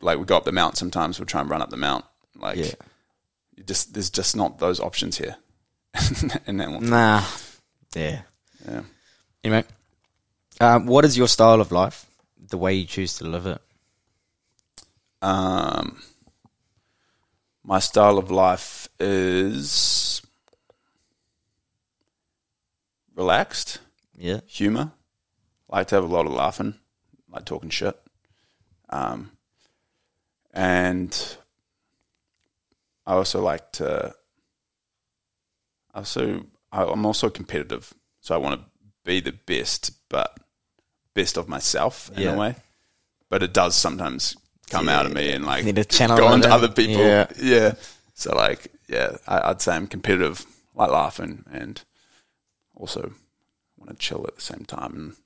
like we go up the mount sometimes. We'll try and run up the mount. Like yeah. you just there's just not those options here. and then we'll, Nah. Yeah. yeah. Anyway, um, what is your style of life? The way you choose to live it. Um, my style of life is relaxed, Yeah. humor. Like to have a lot of laughing, like talking shit, um, and I also like to. I Also, I- I'm also competitive, so I want to be the best, but best of myself in Yeah. a way. But it does sometimes come out of me and like Need to channel go it into in. other people. Yeah. Yeah. So like, yeah, I, I'd say I'm competitive, like laughing, and also want to chill at the same time. And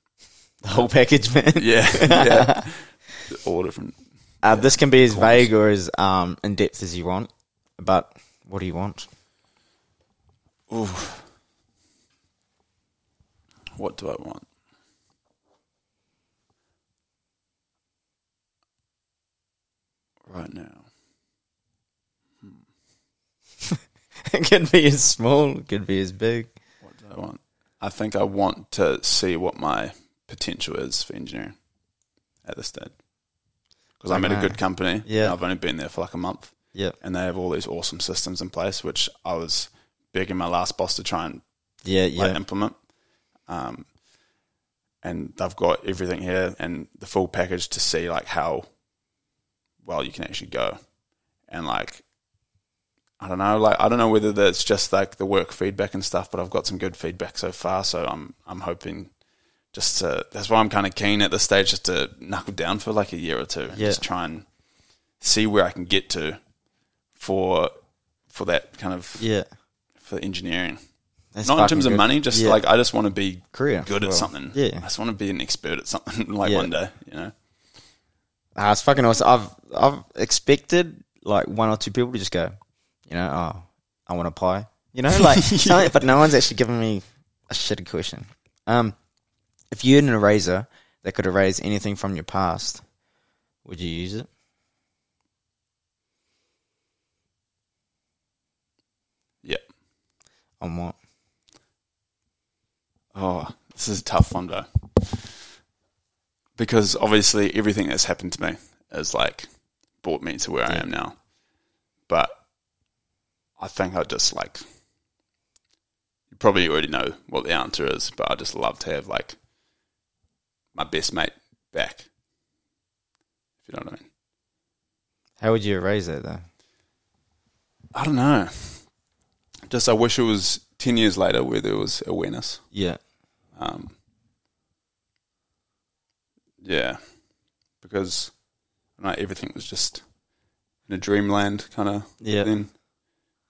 The whole package, man. yeah, yeah, all different. Uh, This can be as vague or as um, in depth as you want, but what do you want? Ooh. What do I want? Right now, it could be as small, it could be as big. what do I want? I think I want to see what my potential is for engineering at this stage. Because I'm in a Okay. good company. Yeah. and I've only been there for like a month. Yeah. and they have all these awesome systems in place, which I was begging my last boss to try and Yeah. Yeah. like, implement. Um, and they've got everything here and the full package to see like how well you can actually go, and like I don't know, like I don't know whether that's just like the work feedback and stuff, but I've got some good feedback so far, so I'm I'm hoping. Just to, that's why I'm kind of keen at this stage, just to knuckle down for like a year or two, and Yeah. just try and see where I can get to for for that kind of yeah. for engineering. That's Not in fucking terms of good. money, just Yeah. like I just want to be Career. good at Well, something. yeah. I just want to be an expert at something like Yeah. one day, you know. Ah, it's fucking awesome. I've I've expected like one or two people to just go, you know, oh, I want a pie, you know, like something, but no one's actually given me a shitty question. Um, if you had an eraser that could erase anything from your past, would you use it? Yeah. On what? Oh, this is a tough one though. Because obviously everything that's happened to me has like brought me to where I am now. But I think I just like you probably already know what the answer is, but I just love to have like my best mate back. If you know what I mean. How would you erase that though? I don't know. Just I wish it was ten years later where there was awareness. Yeah, Um, yeah, because you know, everything was just in a dreamland kind of Yeah. thing.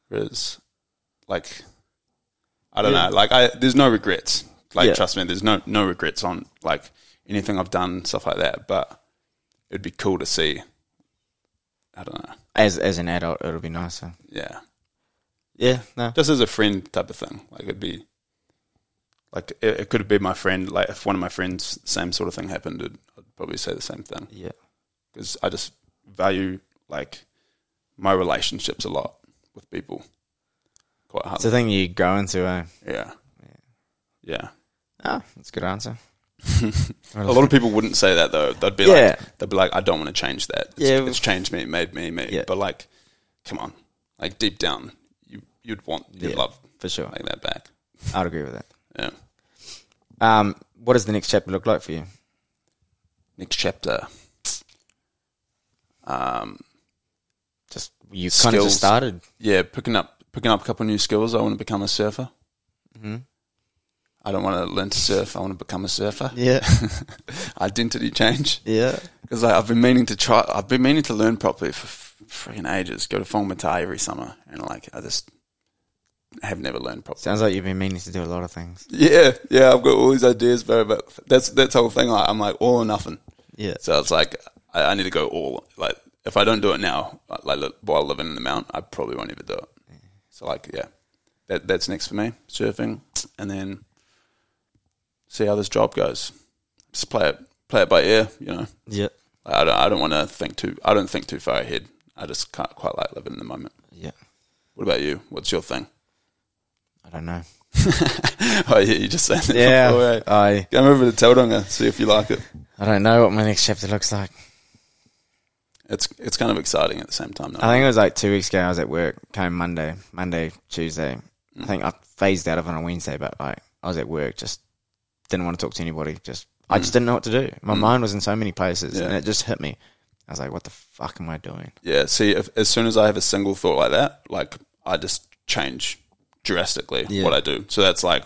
Whereas, like, I don't Yeah. know. Like, I there's no regrets. Like, Yeah. trust me, there's no no regrets on like anything I've done, stuff like that. But it'd be cool to see. I don't know. as as an adult, it'll be nicer. Yeah. Yeah, no, just as a friend type of thing. Like it'd be like it, it could have been my friend. Like if one of my friends, same sort of thing happened, it, I'd probably say the same thing yeah, because I just value like my relationships a lot with people. Quite hard. it's the thing you grow into. Eh? yeah. Yeah. Ah, that's a good answer. A lot of people wouldn't say that though. They'd be Yeah. like, they'd be like, I don't want to change that. It's, Yeah. it's changed me, it made me me. Yeah. But like, come on, like deep down, you you'd want, you'd Yeah. love for sure. like that back. I'd agree with that. Yeah. Um, what does the next chapter look like for you? next chapter. Um, Just you kind of Skills. just started. Hmm? yeah, picking up picking up a couple new skills. I want to become a surfer. Mhm. I don't want to learn to surf. I want to become a surfer. Yeah. Identity change. Yeah. Because like, I've been meaning to try. I've been meaning to learn properly for f- freaking ages. Go to Fongmata every summer, and like I just have never learned properly. Sounds like you've been meaning to do a lot of things. yeah, yeah. I've got all these ideas, bro, but that's that's the whole thing. Like, I'm like all or nothing. Yeah. So it's like I, I need to go all. Like if I don't do it now, like, like li- while living in the mountain, I probably won't ever do it. So like yeah, that that's next for me. Surfing, and then see how this job goes. Just play it play it by ear, you know. Yeah. Like, I don't I don't want to think too I don't think too far ahead. I just can't quite like living in the moment. Yeah. What about you? What's your thing? I don't know. oh yeah, you just said it. All Yeah. right. I Come over to Tauranga, see if you like it. I don't know what my next chapter looks like. It's it's kind of exciting at the same time. I Though. think it was like two weeks ago. I was at work. Came Monday, Monday, Tuesday. I think I phased out of it on a Wednesday, but like I was at work, just didn't want to talk to anybody. Just I just didn't know what to do. My mind was in so many places, and Mm. Yeah. it just hit me. I was like, "What the fuck am I doing?" Yeah. See, if, as soon as I have a single thought like that, like I just change drastically Yeah. what I do. So that's like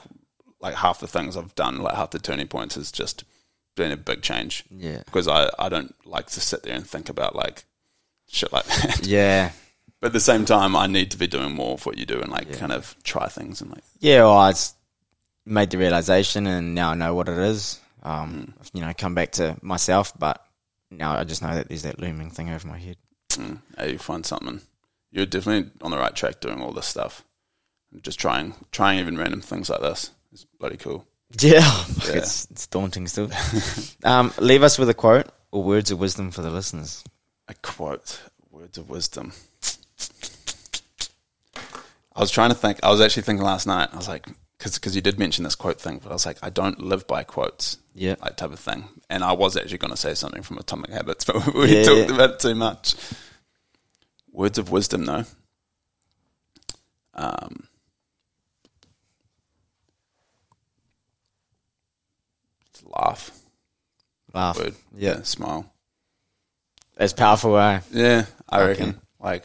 like half the things I've done, like half the turning points is just doing a big change Yeah, because I I don't like to sit there and think about like shit like that. yeah, But at the same time, I need to be doing more of what you do and like kind of try things and like yeah. Well, I just made the realization, and now I know what it is. Um, Hmm. You know, come back to myself, but now I just know that there's that looming thing over my head. mm, hey, you find something. You're definitely on the right track doing all this stuff. Just trying, trying even random things like this is bloody cool. Yeah, fuck, Yeah. It's, it's daunting still. um, leave us with a quote or words of wisdom for the listeners. A quote, words of wisdom. I was trying to think. I was actually thinking last night. I was like, because you did mention this quote thing, but I was like, I don't live by quotes. Yeah. like type of thing. And I was actually going to say something from Atomic Habits, but we Yeah, talked yeah. about it too much. Words of wisdom, though. Um, just laugh. Laugh. Word. Yeah. Smile. It's powerful, eh? Yeah, I Okay. reckon. Like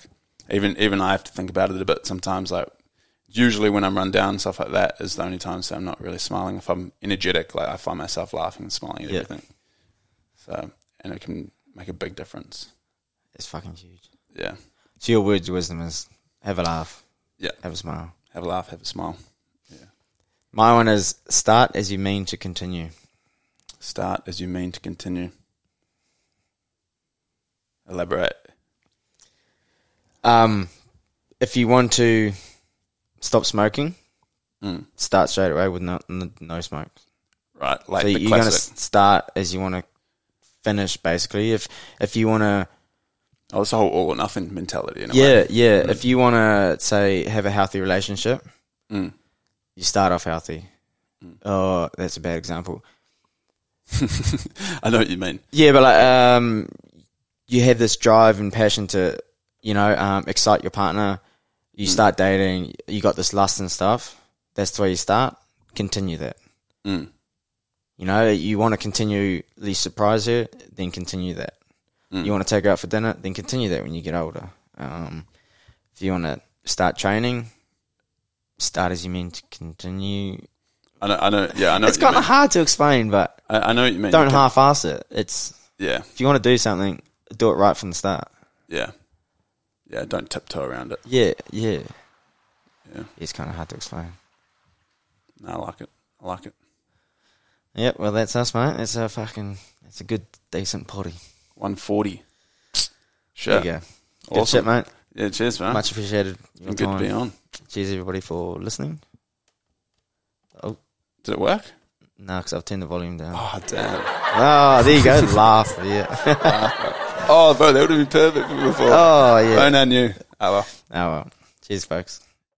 even even I have to think about it a bit sometimes. Like usually when I'm run down and stuff like that is the only times that I'm not really smiling. If I'm energetic, like I find myself laughing and smiling at Yeah. everything. So and it can make a big difference. It's fucking huge. Yeah. So your words of wisdom is have a laugh. Yeah. Have a smile. Have a laugh, have a smile. My one is start as you mean to continue. Start as you mean to continue. Elaborate. Um, if you want to stop smoking, Mm. start straight away with no, n- no smoke. Right. Like so the you're going to classic. start as you want to finish, basically. If if you want to oh, it's a whole all or nothing mentality in a way. Yeah, yeah. If you want to say have a healthy relationship, Mm. you start off healthy. Oh, that's a bad example. I know what you mean. Yeah, but like, um, you have this drive and passion to, you know, um, excite your partner. Mm. You start dating. You got this lust and stuff. That's where you start. Continue that. Mm. You know, you want to continually surprise her, then continue that. Mm. You want to take her out for dinner, then continue that when you get older. Um, if you want to start training, start as you mean to continue. I know I know yeah, I know It's what you kind of mean. hard to explain, but I, I know what you mean. don't You can- half-ass it. It's Yeah. if you want to do something, do it right from the start. Yeah. Yeah, don't tiptoe around it. Yeah, yeah. Yeah. It's kind of hard to explain. No, I like it. I like it. Yeah, well, that's us, mate. It's a fucking, it's a good, decent potty. 140. There Sure. you go. Good Awesome. shit, mate. Yeah, cheers, man. Much appreciated. Your Good to time. be on. Cheers, everybody, for listening. Oh, Did it work? no, because I've turned the volume down. Oh, damn. Oh, there you go. Laugh. Yeah. oh, bro, that would have been perfect before. Oh, yeah. Phone on you. Oh, well. Oh, well. Cheers, folks.